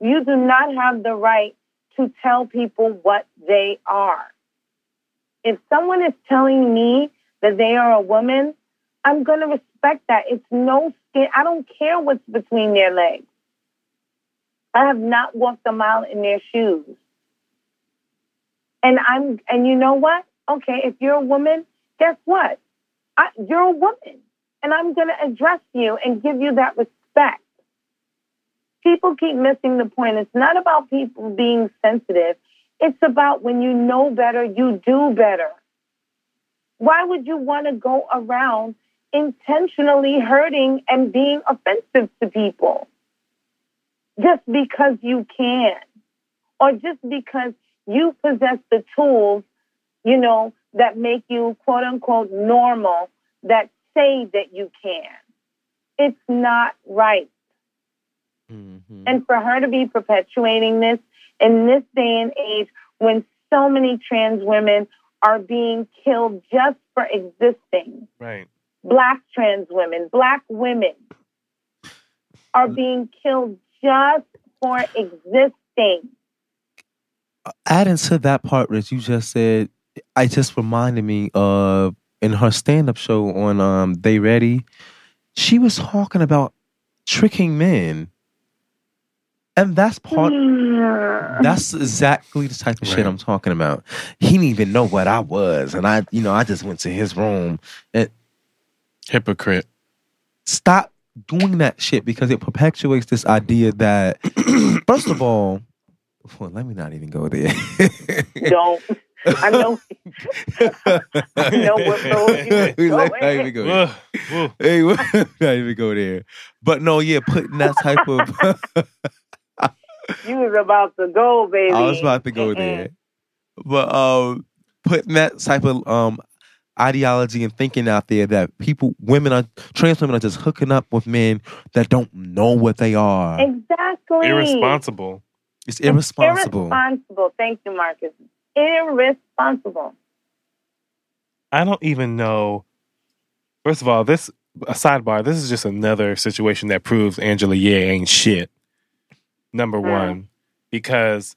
F: You do not have the right to tell people what they are. If someone is telling me that they are a woman, I'm going to respect that. It's no skin. I don't care what's between their legs. I have not walked a mile in their shoes. And I'm, and you know what? Okay, if you're a woman, guess what? I, you're a woman, and I'm going to address you and give you that respect. People keep missing the point. It's not about people being sensitive. It's about when you know better, you do better. Why would you want to go around intentionally hurting and being offensive to people just because you can or just because you possess the tools, you know, that make you quote unquote normal that say that you can. It's not right.
A: Mm-hmm.
F: And for her to be perpetuating this in this day and age when so many trans women are being killed just for existing,
B: Right.
F: black trans women, black women are being killed just for existing.
A: adding to that part that you just said, I just reminded me of in her stand up show on um They Ready, she was talking about tricking men. And that's part
F: Mm-hmm. Hmm. [laughs]
A: that's exactly the type of shit
B: Right.
A: I'm talking about. He didn't even know what I was. And I, you know, I just went to his room. It,
B: Hypocrite.
A: stop doing that shit because it perpetuates this idea that [clears throat] first of all, well, let me not even go there.
F: don't. I know.
A: [laughs]
F: I know what road you was
A: Let's not even
F: going.
A: go there.
F: [laughs]
B: Ugh. Woo.
A: Hey, [laughs] not even go there. But no, yeah, putting that type of. [laughs]
F: You was about to go, baby.
A: I was about to go there, but um, putting that type of um ideology and thinking out there that people, women are trans women are just hooking up with men that don't know what they are.
F: Eh, Exactly.
B: Irresponsible.
A: it's irresponsible.
F: Irresponsible. Thank you, Marcus. Irresponsible.
B: I don't even know. First of all, this a sidebar. This is just another situation that proves Angela Yee ain't shit. Number
F: Mm.
B: one, because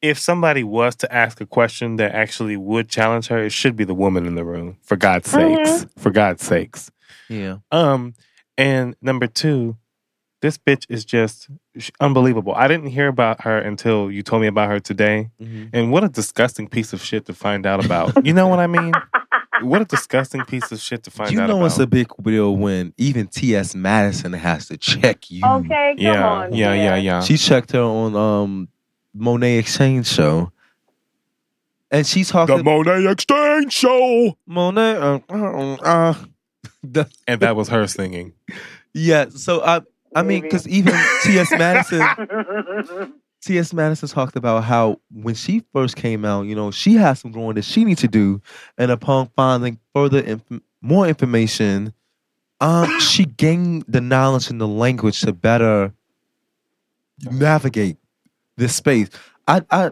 B: if somebody was to ask a question that actually would challenge her, it should be the woman in the room. For God's sakes, for God's sakes.
A: yeah,
B: Um, and number two, this bitch is just sh- unbelievable. I didn't hear about her until you told me about her today.
A: Mhm.
B: And what a disgusting piece of shit to find out about. you know what
F: [laughs]
B: I mean? What a disgusting piece of shit to find
A: you
B: out
A: know
B: about.
A: it's a big deal when even T.S. Madison has to check you.
F: Okay, come
B: yeah,
F: on.
B: yeah, yeah, yeah.
A: She checked her on um Monet Exchange show. And she talked
B: Monet Exchange Show.
A: Monet uh, uh, uh, the-
B: And that was her singing.
A: yeah, so I I mean
F: Maybe.
A: cuz even T.S. Madison
F: [laughs] yeah.
A: T.S. Madison talked about how when she first came out, you know, she had some growing that she needs to do and upon finding further inf- more information um she gained the knowledge and the language to better navigate this space. I I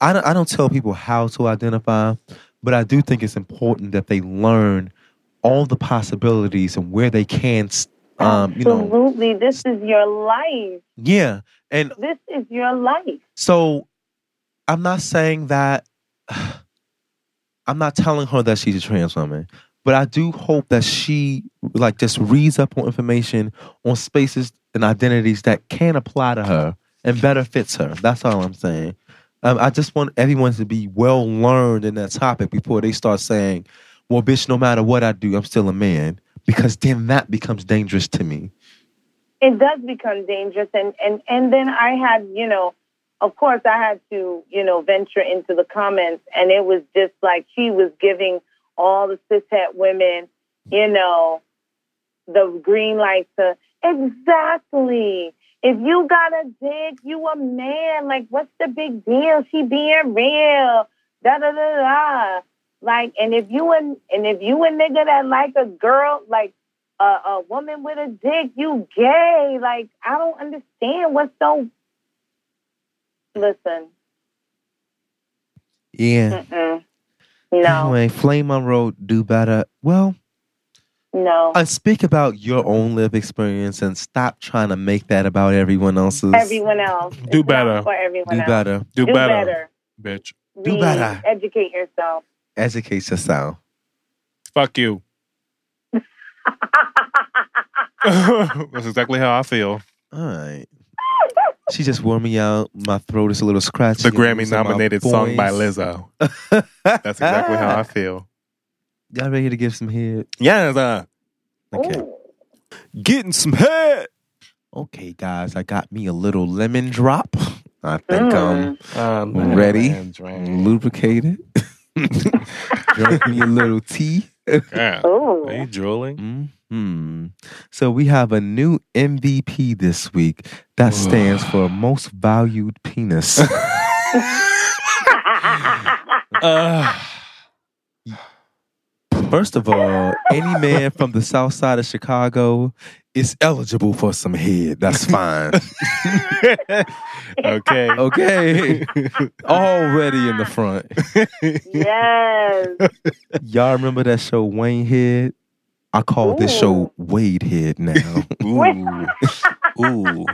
A: I don't, I don't tell people how to identify, but I do think it's important that they learn all the possibilities and where they can, s- um, you know,
F: Absolutely. This is your life.
A: yeah. And
F: This is your life.
A: so, I'm not saying that. [sighs] I'm not telling her that she's a trans woman, but I do hope that she like just reads up on information on spaces and identities that can apply to her and better fits her. That's all I'm saying. Um, I just want everyone to be well learned in that topic before they start saying, "Well, bitch, no matter what I do, I'm still a man," because then that becomes dangerous to me.
F: it does become dangerous and and and then i had you know of course i had to you know venture into the comments and it was just like she was giving all the cis het women, you know, the green light to exactly. If you got a dick, you a man. Like, what's the big deal? She being real. Da da da da. Like, and if you and and if you a nigga that like a girl, like a, a woman with a dick, you gay. Like, I don't understand what's so. Listen,
A: Yeah.
F: mm-mm. no,
A: Anyway, Flame on Road, do better. Well,
F: no.
A: uh, speak about your own lived experience and stop trying to make that about everyone else's.
F: Everyone else
B: Do
F: It's not
B: better.
F: for everyone
A: do
F: else.
A: better.
B: Do,
F: Do
B: better,
F: better.
B: bitch.
A: Do
F: Read,
A: better.
F: Educate yourself. [laughs]
A: Educate yourself.
B: Fuck you. [laughs] That's exactly how I feel.
A: All right. She just wore me out. My throat is a little scratchy.
B: The
A: I'm
B: Grammy
A: losing my
B: nominated song by
A: voice.
B: Lizzo. That's
F: [laughs]
B: exactly how I feel.
A: [laughs] Y'all ready to give some head?
B: Yes, uh,
A: Okay.
F: Ooh.
B: getting some head.
A: Okay, guys, I got me a little lemon drop. I think
F: Mm.
A: I'm
B: Um,
A: Ready?
B: man, drink.
A: lubricated. [laughs] Drink me a little tea.
B: God.
F: Ooh.
B: Are you drooling?
A: hmm So we have a new MVP this week. That stands for Most Valued
B: [laughs]
A: Penis.
B: [laughs] Uh, [laughs]
A: First of all, any man from the South Side of Chicago is eligible for some head. That's fine.
B: okay.
A: okay, already in the front.
F: [laughs]
B: [laughs]
F: yes.
A: Y'all remember that show Wayne Head? I call this show
F: Ooh.
A: Wade Head now.
B: Ooh.
A: Ooh.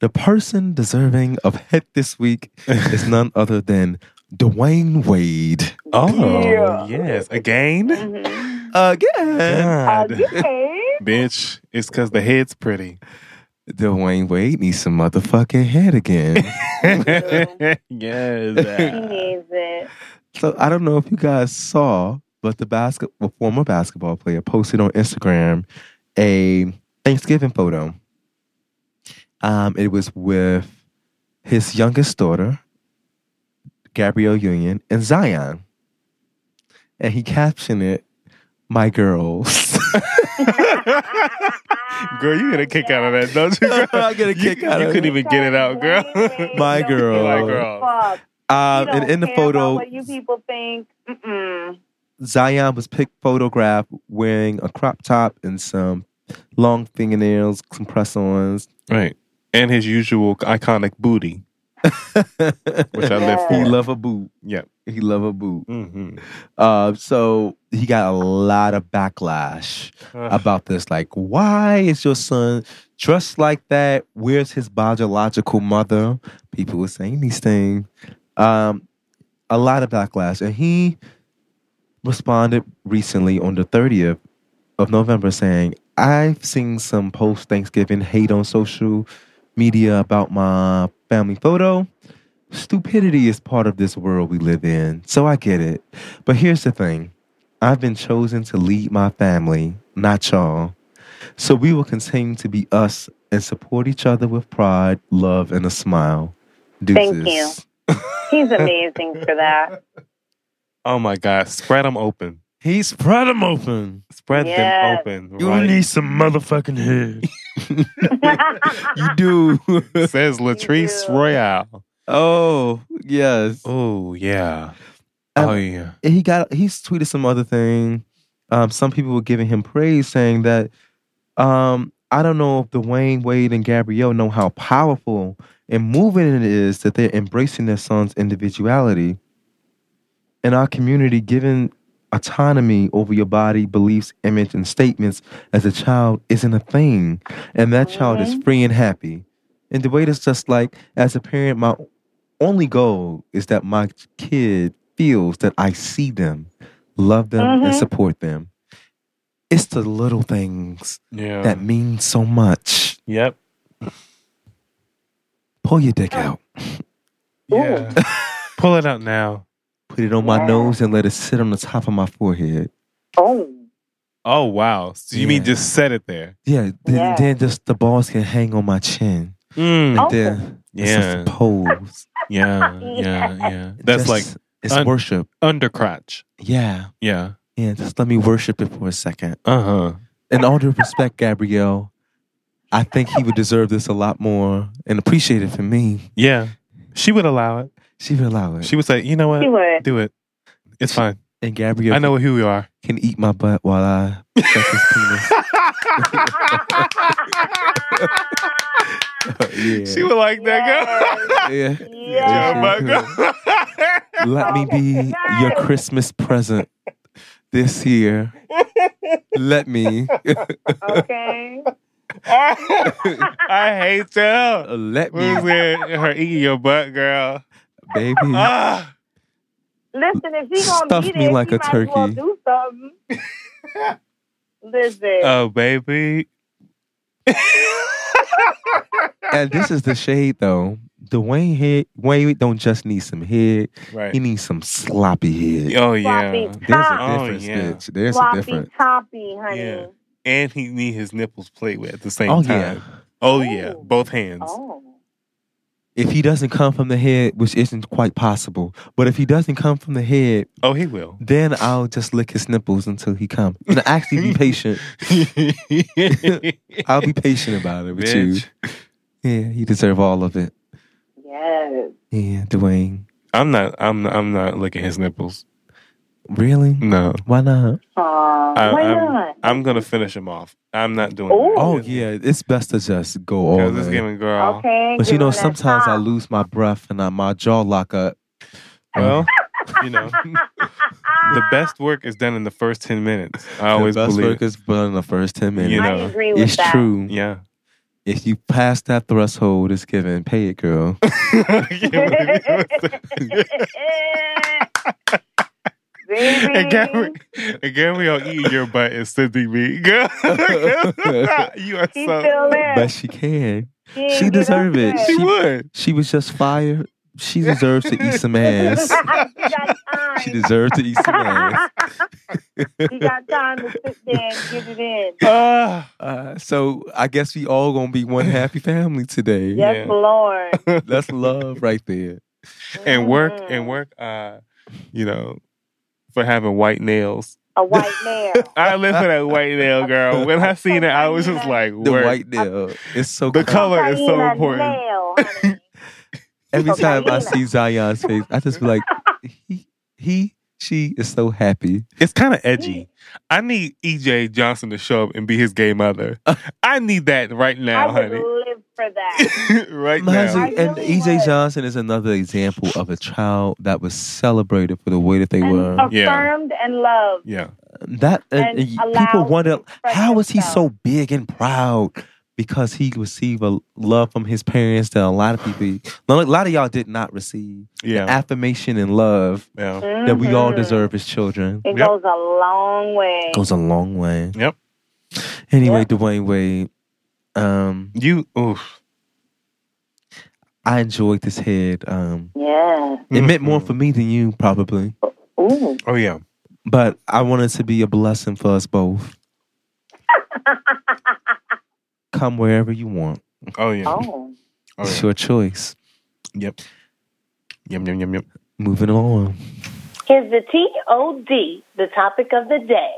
A: The person deserving of head this week is none other than Dwayne Wade.
B: [laughs] Oh,
F: Yeah.
B: yes. Again?
F: Mhm.
A: Again.
B: God.
F: Okay.
B: [laughs] Bitch, it's because the head's [laughs] pretty.
A: Dwayne Wade needs some motherfucking head again.
F: She
B: yes.
F: needs it.
A: So I don't know if you guys saw, but the basket well, former basketball player posted on Instagram a Thanksgiving photo. Um, it was with his youngest daughter, Gabrielle Union, and Zion. And he captioned it, My girls.
B: [laughs]
A: [laughs]
B: Girl, you get a kick out of that, don't you? Girl?
A: I get a kick
B: you,
A: out
B: you
A: of
B: couldn't
A: it.
B: even get it out, [laughs] girl.
A: My girl.
B: My girl.
A: Uh, and in the photo,
F: what you people think? Mm-mm.
A: Zion was pic photographed wearing a crop top and some long fingernails, some press ons.
B: [laughs] right. And his usual iconic booty, which I live
A: [laughs] He
B: for.
A: love a boot.
B: Yep.
A: He love a boot.
B: Mm-hmm.
A: Uh, so he got a lot of backlash about this. Like, why is your son dressed like that? Where's his biological mother? People were saying these things. Um, a lot of backlash, and he responded recently on the thirtieth of November saying, "I've seen some post Thanksgiving hate on social media about my family photo." Stupidity is part of this world we live in, so I get it. But here's the thing I've been chosen to lead my family, not y'all. So we will continue to be us and support each other with pride, love, and a smile.
F: Thank
A: Deuces.
F: He's amazing for
A: [laughs]
F: that.
B: oh my God. Spread them open.
A: He spread 'em open.
B: Spread
F: Yes.
B: them open.
A: You
B: right?
A: need some motherfucking head.
F: [laughs]
A: you do.
B: Says Latrice
F: do.
B: Royale.
A: [laughs] oh, yes.
B: Oh, yeah.
A: Um,
B: oh, yeah.
A: And he got he's tweeted some other thing. Um, some people were giving him praise, saying that um, I don't know if Dwayne Wade and Gabrielle know how powerful and moving it is that they're embracing their son's individuality in our community, giving autonomy over your body, beliefs, image, and statements as a child isn't a thing, and that child is free and happy. And Dwayne is just like, as a parent, my only goal is that my kid feels that I see them, love them, and
F: Mhm.
A: support them. It's the little things
B: Yeah.
A: that mean so much.
B: yep.
A: Pull your dick out,
B: Yeah. Pull it out now.
A: put it on my
F: Wow.
A: nose, and let it sit on the top of my forehead.
F: oh,
B: Oh, wow. So you mean
A: Yeah.
B: just set it there?
A: Yeah, then,
F: Yeah.
A: then just the balls can hang on my chin.
B: Mm.
F: Oh.
A: And then it's just
B: Yeah.
A: a pose.
F: [laughs]
B: Yeah. Yeah. Yeah. That's
A: Just-
B: like
A: It's
B: Un-
A: worship.
B: Undercrotch.
A: Yeah.
B: Yeah.
A: Yeah. Just let me worship it for a second.
B: Uh huh.
A: In all due respect, Gabrielle, I think he would deserve this a lot more and appreciate it from me.
B: Yeah. She would allow it.
A: She would allow it.
B: She would say, you know
F: She
B: what?
F: would.
B: Do it. It's fine.
A: and Gabrielle
B: I know who you are.
A: can eat my butt while I suck his penis.
B: [laughs]
A: yeah.
B: She would like that girl.
A: yeah.
B: [laughs]
F: Yes.
B: Oh my God.
A: Let me be your Christmas present this year. Let me.
B: [laughs]
F: okay.
B: I hate you.
A: uh, Let
B: What was
A: me,
B: it? Her eating your butt, [laughs] girl.
A: baby.
B: Ah.
F: Listen, if he gonna
A: Stuff
F: be
A: me
F: there,
A: like
F: he
A: a
F: might as well
A: turkey.
F: do something. Listen,
A: Uh,
B: Oh, baby.
A: And this is the shade, though. Dwayne head, Wayne don't just need some head.
B: Right.
A: He needs some sloppy head.
B: Oh,
F: sloppy
B: yeah.
A: There's a
F: top,
B: Oh,
A: difference,
B: yeah.
A: bitch. There's a
F: sloppy
A: difference.
F: toppy, honey.
B: Yeah. And he need his nipples played with at the same
A: Oh
B: time.
A: yeah.
B: Oh, yeah.
F: Oh.
B: Both hands.
F: Oh,
A: If he doesn't come from the head, which isn't quite possible, but if he doesn't come from the head,
B: Oh,
A: [laughs]
B: he will.
A: then I'll just lick his nipples until he comes. And actually, be patient.
B: Bitch.
A: I'll be patient about it with you. Yeah, you deserve all of it.
F: yes.
A: Yeah, Dwayne.
B: I'm not. I'm. Not, I'm not licking his nipples.
A: Really?
B: No.
A: Why not?
F: Aw,
B: I,
F: why
B: I'm,
F: not?
B: I'm gonna finish him off. I'm not doing.
F: Ooh.
A: Oh yeah, it's best to just go all
B: Because this
A: in.
B: giving girl.
F: okay.
A: But
F: give
A: you know,
F: him that
A: sometimes I
F: top.
A: lose my breath and I, my jaw lock up. Um,
B: Well, you know,
F: Ah,
B: the best work is done in the first ten minutes. I always
A: the best
B: believe.
A: work is but in the first ten minutes.
B: You
F: I
B: know,
F: agree with
A: it's
F: that. [laughs]
A: true.
B: [laughs] Yeah.
A: If you pass that threshold, it's given. Pay it,
F: [laughs]
A: girl.
B: [laughs]
F: Baby.
B: And Gabriel, and Gabriel eating your butt is Cindy B. [laughs]
F: [laughs]
B: Girl, you are
F: She
B: so.
F: still there.
A: but she can.
F: She ain't
A: she
F: get
A: deserve it.
F: upset.
B: She
A: She-
B: would.
A: She was just fired. She deserves to eat some
F: [laughs]
A: ass.
F: got time.
A: She deserves to eat some
F: [laughs]
A: ass.
F: she got time to sit there and get
A: [laughs]
F: it in.
B: Ah.
A: Uh, so I guess we all gonna be one happy family today.
B: Yeah.
F: Yes, Lord.
A: That's love right
B: [laughs]
A: there.
B: and work and
F: Mhm.
B: work uh you know for having white nails
F: A white
A: [laughs]
F: nail. [laughs]
B: i live for that white nail girl when i seen it i was just like
A: The
B: work.
A: white nail. It's so
B: The
A: cool.
B: color- is so
F: Cocaine
B: important.
A: [laughs]
F: Nail, honey.
A: Every
F: Okay.
A: time I see
F: [laughs]
A: Zion's face, I just be like, he, he, she is so happy.
B: it's kind of [laughs] edgy i need ej johnson to show up and be his gay mother i need that right
F: I
B: now
F: would
B: [laughs] honey
F: live for that.
B: right
A: Imagine-
B: now
F: I
A: and
F: really
A: EJ
F: would.
A: Johnson is another example of a child that was celebrated for the way that they were.
F: And
B: Yeah.
F: affirmed and loved.
B: yeah
A: that and,
F: and
A: and people
F: allowed
A: wonder
F: to express
A: how is he so
F: himself.
A: big and proud because he received a love from his parents that a lot of people, a lot of y'all did not receive
B: yeah
A: affirmation and love
B: yeah
A: that we all
F: Mhm.
A: deserve as children.
F: It
B: Yep.
F: goes a long way.
A: Goes a long way.
B: Yep.
A: Anyway,
F: Yeah.
A: Dwayne Wade, um,
B: you oof
A: I enjoyed this head. Um,
F: yeah.
A: it meant
B: Mhm.
A: more
F: Mm-hmm.
A: for me than you probably,
F: Ooh.
B: oh yeah
A: but I wanted to be a blessing for us
F: [laughs]
A: both. Come wherever you want.
B: oh yeah oh,
F: Oh.
A: It's
B: yeah
A: your choice.
B: yep yum yum yum yum
A: Moving on.
C: is the TOD the topic of the day?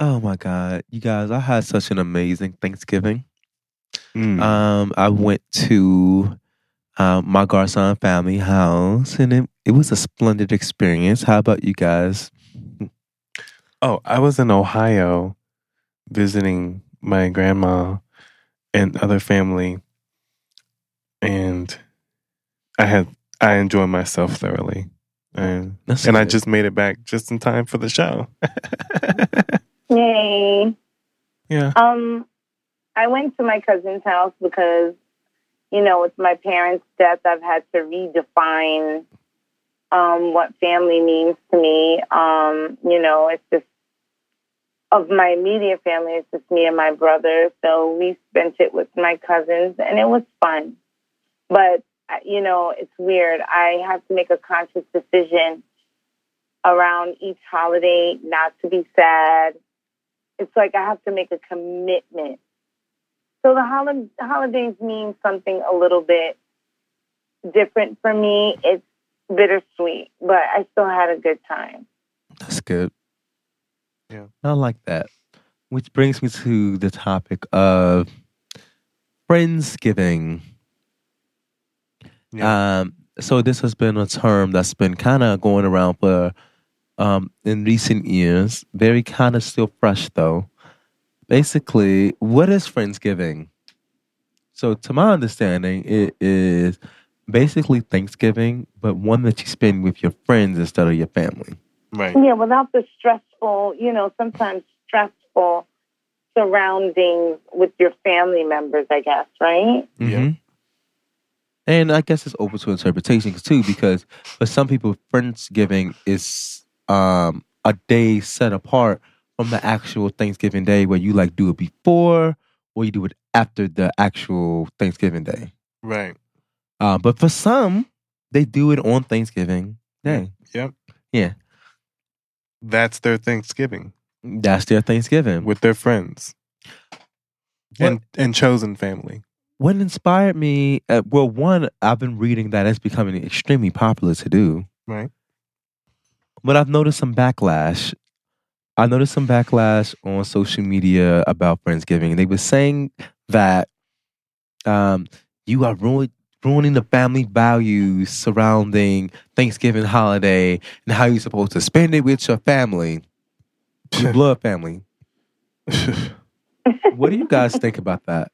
A: Oh my God, you guys! I had such an amazing Thanksgiving.
B: Mm.
A: Um, I went to um, my Garcon family house, and it, it was a splendid experience. How about you guys?
B: Oh, I was in Ohio visiting my grandma and other family, and I had I enjoyed myself thoroughly, and
A: That's
B: and I
A: good.
B: just made it back just in time for the show.
F: Yay.
B: yeah,
F: Um, I went to my cousin's house because, you know, with my parents' death, I've had to redefine um, what family means to me. Um, you know, it's just of my immediate family, it's just me and my brother. So we spent it with my cousins, and it was fun. But I- you know, it's weird. I have to make a conscious decision around each holiday not to be sad it's like I have to make a commitment. So the hol- holidays mean something a little bit different for me. It's bittersweet, but I still had a good time.
A: That's good.
B: Yeah.
A: I like that. Which brings me to the topic of Friendsgiving.
B: Uh,
A: Um, so this has been a term that's been kind of going around for um, in recent years. Very kind of still fresh though. Basically, what is Friendsgiving? So, to my understanding, it is basically Thanksgiving, but one that you spend with your friends instead of your family.
B: right.
F: Yeah, without the stressful, you know, sometimes stressful surroundings with your family members, I guess, right?
B: Yeah.
A: Mhm. And I guess it's open to interpretations too, because for some people, Friendsgiving is um, a day set apart from the actual Thanksgiving day, where you like do it before or you do it after the actual Thanksgiving day.
B: Right.
A: Uh, but for some, they do it on Thanksgiving Day.
B: Yep.
A: Yeah,
B: That's their Thanksgiving
A: that's their Thanksgiving.
B: with their friends and and chosen family. [laughs]
A: what inspired me uh, well one i've been reading that it's becoming extremely popular to do
B: Right.
A: but i've noticed some backlash i noticed some backlash on social media about friendsgiving they were saying that um, you are ruin- ruining the family values surrounding thanksgiving holiday and how you're supposed to spend it with your family
B: [laughs]
A: your blood family what do you guys think about that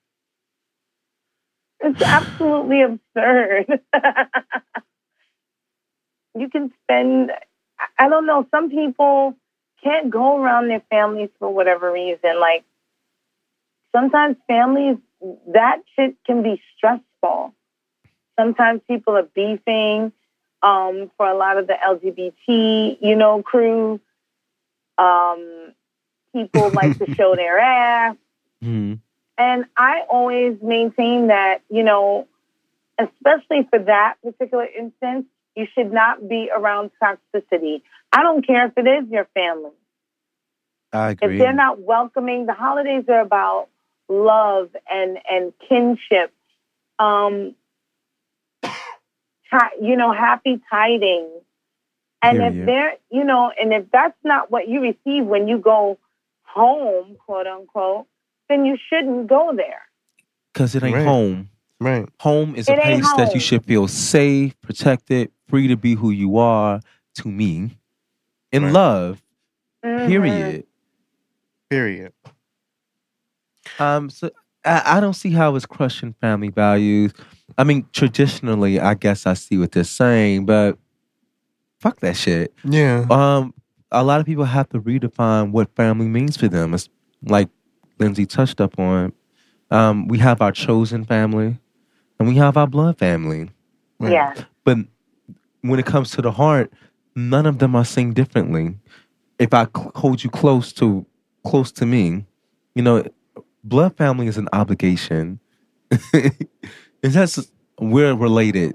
F: It's absolutely absurd. [laughs] you can spend, I- I don't know, some people can't go around their families for whatever reason. Like sometimes families, that shit can be stressful. Sometimes people are beefing um, for a lot of the LGBT, you know, crew. Um, people like to show their ass. Hmm.
A: mm
F: And I always maintain that, you know, especially for that particular instance, you should not be around toxicity. I don't care if it is your family.
A: i
F: If they're not welcoming, the holidays are about love and, and kinship. Um, ti- you know, happy tidings. And
A: Hear
F: if
A: you.
F: they're, you know, and if that's not what you receive when you go home, quote unquote, then you shouldn't go there.
A: because it ain't
B: Right.
A: home
B: Right.
A: Home is
F: It
A: a
F: ain't
A: place that you
F: home.
A: should feel safe, protected, free to be who you are to me, in
B: Right.
A: love,
F: Mhm.
A: period.
B: Period.
A: Um, so I, I don't see how it's crushing family values. I mean, traditionally, I guess I see what they're saying, but fuck that shit.
B: Yeah.
A: Um, a lot of people have to redefine what family means for them. It's like Lindsay touched up on. Um, we have our chosen family, and we have our blood family.
B: Right.
F: Yeah.
A: but when it comes to the heart, none of them are seen differently. If I cl- hold you close to close to me, you know, blood family is an obligation. [laughs] and that's we're related.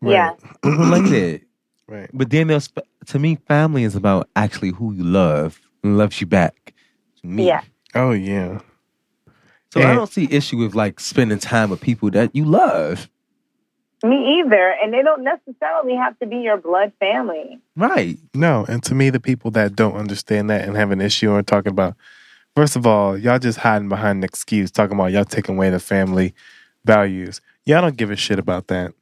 F: Yeah.
A: We're related. [clears throat]
B: Right.
A: But then there's to me, family is about actually who you love and loves you back. To me.
F: Yeah.
B: Oh yeah.
A: So I
B: And-
A: don't see issue with like spending time with people that you love.
F: Me either. And they don't necessarily have to be your blood family.
A: Right.
B: No, and to me, the people that don't understand that and have an issue are talking about. First of all, y'all just hiding behind an excuse, talking about y'all taking away the family values. Y'all don't give a shit about that.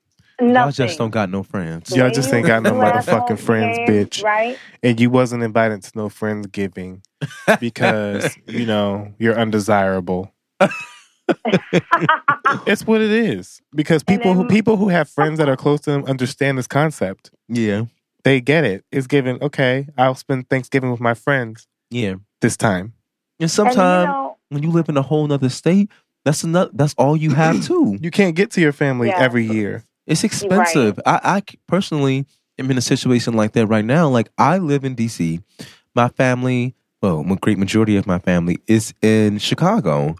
F: Nothing.
A: Y'all just don't got no friends.
F: The
B: Y'all
F: way
B: just
F: you-
B: ain't got no
F: you asshole
B: motherfucking friends,
F: behaved,
B: bitch.
F: Right?
B: And you wasn't invited to no friendsgiving because you know you're undesirable. it's what it is. Because
F: And
B: people who
F: then-
B: people who have friends that are close to them understand this concept.
A: Yeah.
B: They get it. It's given. Okay, I'll spend Thanksgiving with my friends
A: Yeah.
B: this time.
A: And
F: And, you
A: sometimes
F: know,
A: when you live in a whole nother state, that's another. That's all you have
B: [clears throat]
A: too.
B: You can't get to your family
F: Yeah.
B: every year.
A: It's expensive. I, I c- personally am in a situation like that right now. Like I live in D.C. My family, well, a great majority of my family is in Chicago.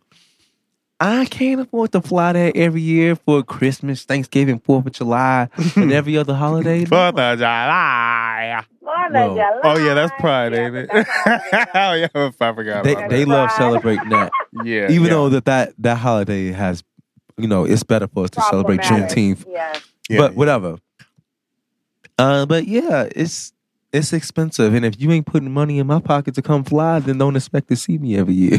A: I can't afford to fly there every year for Christmas, Thanksgiving, Fourth of July, and every other holiday.
B: Fourth of July.
F: Fourth of
A: Whoa.
F: July.
B: Ah, Oh yeah, that's pride,
F: Yeah,
B: ain't
F: but
B: it?
F: that's all I know.
B: [laughs] oh yeah, if I forgot.
A: they
B: about
A: they
B: that.
A: love
F: Right.
A: celebrating that,
B: yeah,
A: even
B: yeah.
A: though that, that that holiday has, you know, it's better for us to celebrate
B: [laughs]
F: Problematic.
A: Juneteenth
F: Yes. [laughs]
B: Yeah,
A: but
B: yeah.
A: whatever. Uh, but yeah, it's it's expensive, and if you ain't putting money in my pocket to come fly, then don't expect to see me every year.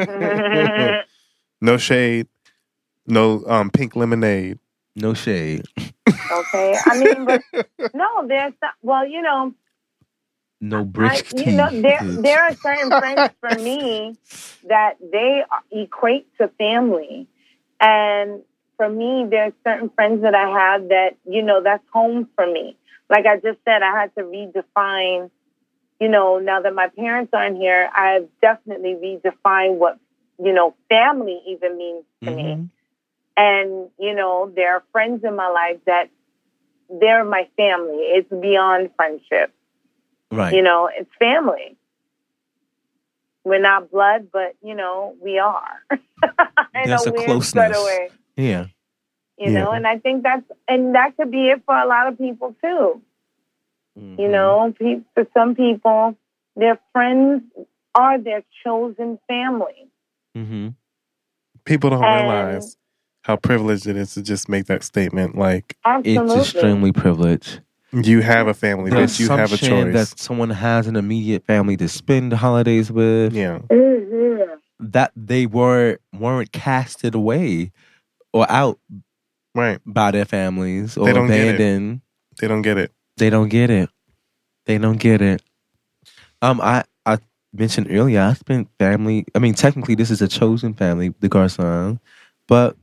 A: [laughs]
B: [laughs] no shade, no um, pink lemonade.
A: no shade.
F: Okay, I mean,
B: [laughs]
F: but no, there's not, well, you know,
A: No brisk
F: I, you know, there
A: [laughs]
F: there are certain friends for me that they equate to family, and for me, there's certain friends that I have that you know that's home for me. Like I just said, I had to redefine. You know, now that my parents aren't here, I've definitely redefined what you know family even means to me.
A: Mm-hmm.
F: And, you know, there are friends in my life that they're my family. It's beyond friendship.
A: Right.
F: You know, it's family. We're not blood, but, you know, we are. [laughs] In
A: There's a
F: weird
A: closeness.
F: sort of way,
A: yeah.
F: you
B: Yeah.
F: know, and I think that's, and that could be it for a lot of people too.
A: Mm-hmm.
F: You know, pe- for some people, their friends are their chosen family.
A: Mm-hmm.
B: People
A: Um,
B: don't
F: And-
B: realize how privileged it is to just make that statement. Like
A: It's
F: Absolutely.
A: extremely privileged.
B: you have a family,
A: The
B: but you have a
A: assumption
B: choice.
A: that someone has an immediate family to spend the holidays with.
B: yeah,
F: Mhm.
A: That they were weren't casted away or out
B: right.
A: by their families or
B: They don't get it.
A: abandoned.
B: They don't get it.
A: They don't get it. They don't get it. Um, I I mentioned earlier I spent family. I mean, technically this is a chosen family, the Garcon, but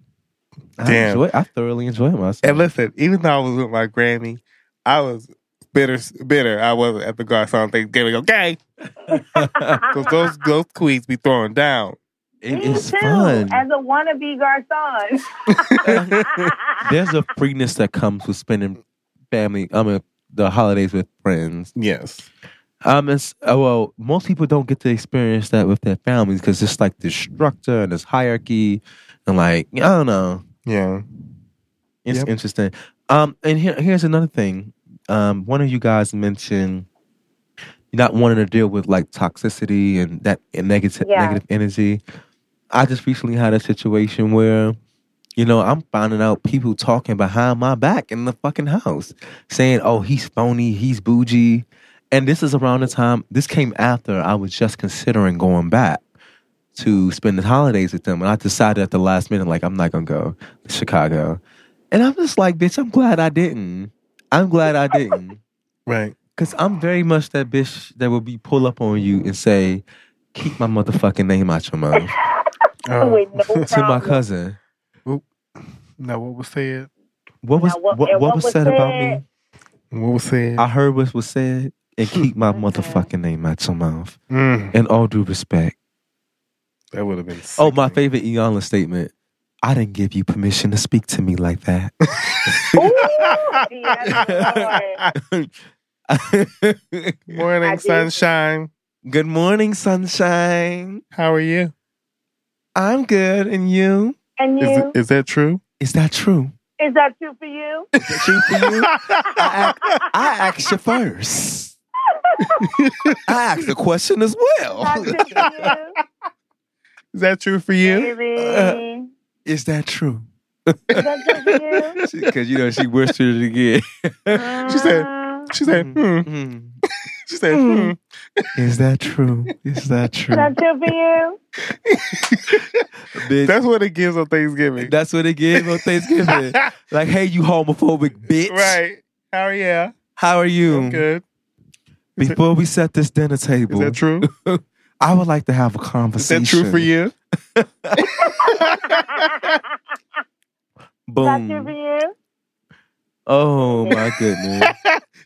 A: I
B: Damn.
A: enjoy. I thoroughly enjoy myself.
B: And listen, even though I was with my granny, I was bitter. Bitter. I wasn't at the Garcon Thanksgiving. Okay, because those those queens be throwing down.
A: [laughs] it
F: Me
A: is
F: too,
A: fun.
F: As a wannabe garçon.
A: [laughs]
F: [laughs]
A: There's a freeness that comes with spending family. I mean, the holidays with friends.
B: Yes.
A: Um, it's uh, well, most people don't get to experience that with their families because it's like this structure and this hierarchy, and like I don't know.
B: Yeah.
A: It's
B: Yep.
A: interesting. Um, and here, here's another thing. Um, one of you guys mentioned not wanting to deal with like toxicity and that and negative
F: Yeah.
A: negative energy. I just recently had a situation where, you know, I'm finding out people talking behind my back in the fucking house, saying, "Oh, he's phony, he's bougie," and this is around the time. This came after I was just considering going back to spend the holidays with them, and I decided at the last minute, like, I'm not gonna go to Chicago. And I'm just like, bitch, I'm glad I didn't. I'm glad I didn't.
B: Right.
A: Cause I'm very much that bitch that will be pull up on you and say, keep my motherfucking name out your
F: [laughs]
A: mouth
B: Uh,
F: With Oh,
A: [laughs]
F: no
A: to my
F: problem.
A: cousin.
B: now, what was said?
A: What was
F: Now,
A: what,
F: what-
A: what,
F: and what
A: was,
F: was
A: said about
F: said?
A: me?
B: What was said?
A: I heard what was said and keep
F: [laughs]
A: my
F: Mhm.
A: motherfucking name out your mouth.
B: Mm,
A: In all due respect.
B: that would have been.
A: Oh, my
B: sickening.
A: favorite Iyanla statement. I didn't give you permission to speak to me like that. [laughs]
F: Ooh, yes, Lord. I
B: Morning,
F: did.
B: sunshine.
A: Good morning, sunshine.
B: How are you?
A: I'm good, and you?
F: And
B: Is,
F: you?
B: it- is that [laughs] true?
A: Is that true?
F: Is that true for you?
A: Is that true for you? I, ac- I asked you first. I asked the question as
F: That's
B: [laughs]
A: well.
F: true for
B: Is that true for
F: you?
B: you?
F: Baby.
A: Is that true?
F: Is that true for you?
A: Because you know she whispered it again.
B: [laughs] She said-
F: Mm,
B: She said. Hmm.
A: Mm.
B: She said. Hmm.
A: Is that true? Is that true?
F: Is that true for you?
A: Bitch,
B: That's what it gives on Thanksgiving.
A: that's what it gives on
B: [laughs]
A: Thanksgiving. like, hey, you homophobic bitch.
B: right. How are you?
A: How are you?
B: I'm good. Is that-
A: Before we set this dinner
B: Is
A: table,
B: that true?
A: I would like to have a
B: Is
A: conversation.
B: that true for you?
F: Is that true for
A: Boom.
F: you?
A: Oh my
B: [laughs]
A: goodness.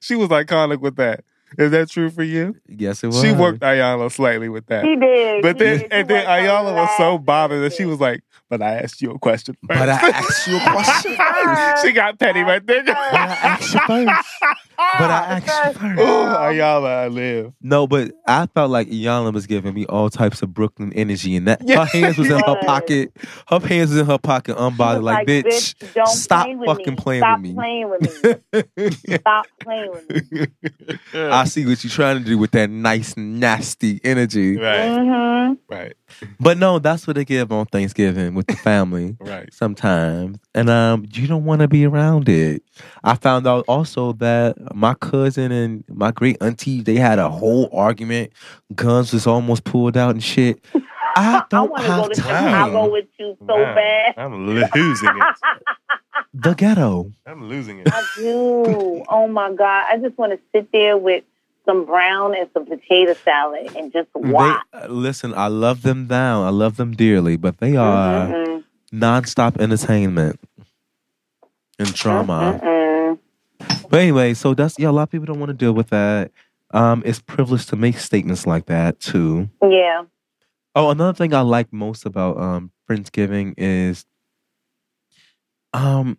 B: she was iconic with that. Is that true for you?
A: yes, it was.
B: She worked Ayala slightly with that.
F: He did.
B: But
F: he
B: then,
F: did. He
B: and then
F: worked on
B: Ayala was so
F: last
B: bothered that she
F: minute.
B: was like, "But I asked you a question."
A: But I asked you a
B: [laughs]
A: question. first.
F: asked-
B: she got petty right there.
F: But
A: But I asked you first.
F: Ah,
A: But I asked you
B: [laughs]
A: first.
B: oh, Ayala, I live.
A: No, but I felt like Iyanla was giving me all types of Brooklyn energy, and that
B: Yeah.
A: her hands was in her pocket. Her hands was in her pocket,
F: She was
A: unbothered, like, bitch.
F: don't
A: stop
F: play with
A: fucking
F: me.
A: playing
F: Stop
A: with me."
B: [laughs]
F: playing with me. Stop playing with me.
A: I I see what you're trying to do with that nice, nasty energy.
B: Right,
F: hmm
B: right,
A: But no, that's what they give on Thanksgiving with the family
B: right.
A: sometimes. And um, you don't want to be around it. I found out also that my cousin and my great auntie, they had a whole argument. Guns was almost pulled out and shit. I don't
F: want to go
A: have
F: to
A: time.
F: Chicago with you so
B: Wow.
F: bad.
B: I'm losing it.
A: The ghetto.
B: I'm losing it.
F: I do. oh my God. I just want to sit there with some brown and some potato salad and just
A: They- uh,
F: watch.
A: listen, I love them down. I love them dearly, but they are
F: Mm-mm,
A: nonstop entertainment and trauma.
F: mm-mm.
A: But anyway, so that's yeah. A lot of people don't want to deal with that. Um, it's privileged to make statements like that too.
F: Yeah.
A: Oh, another thing I like most about um Friendsgiving is um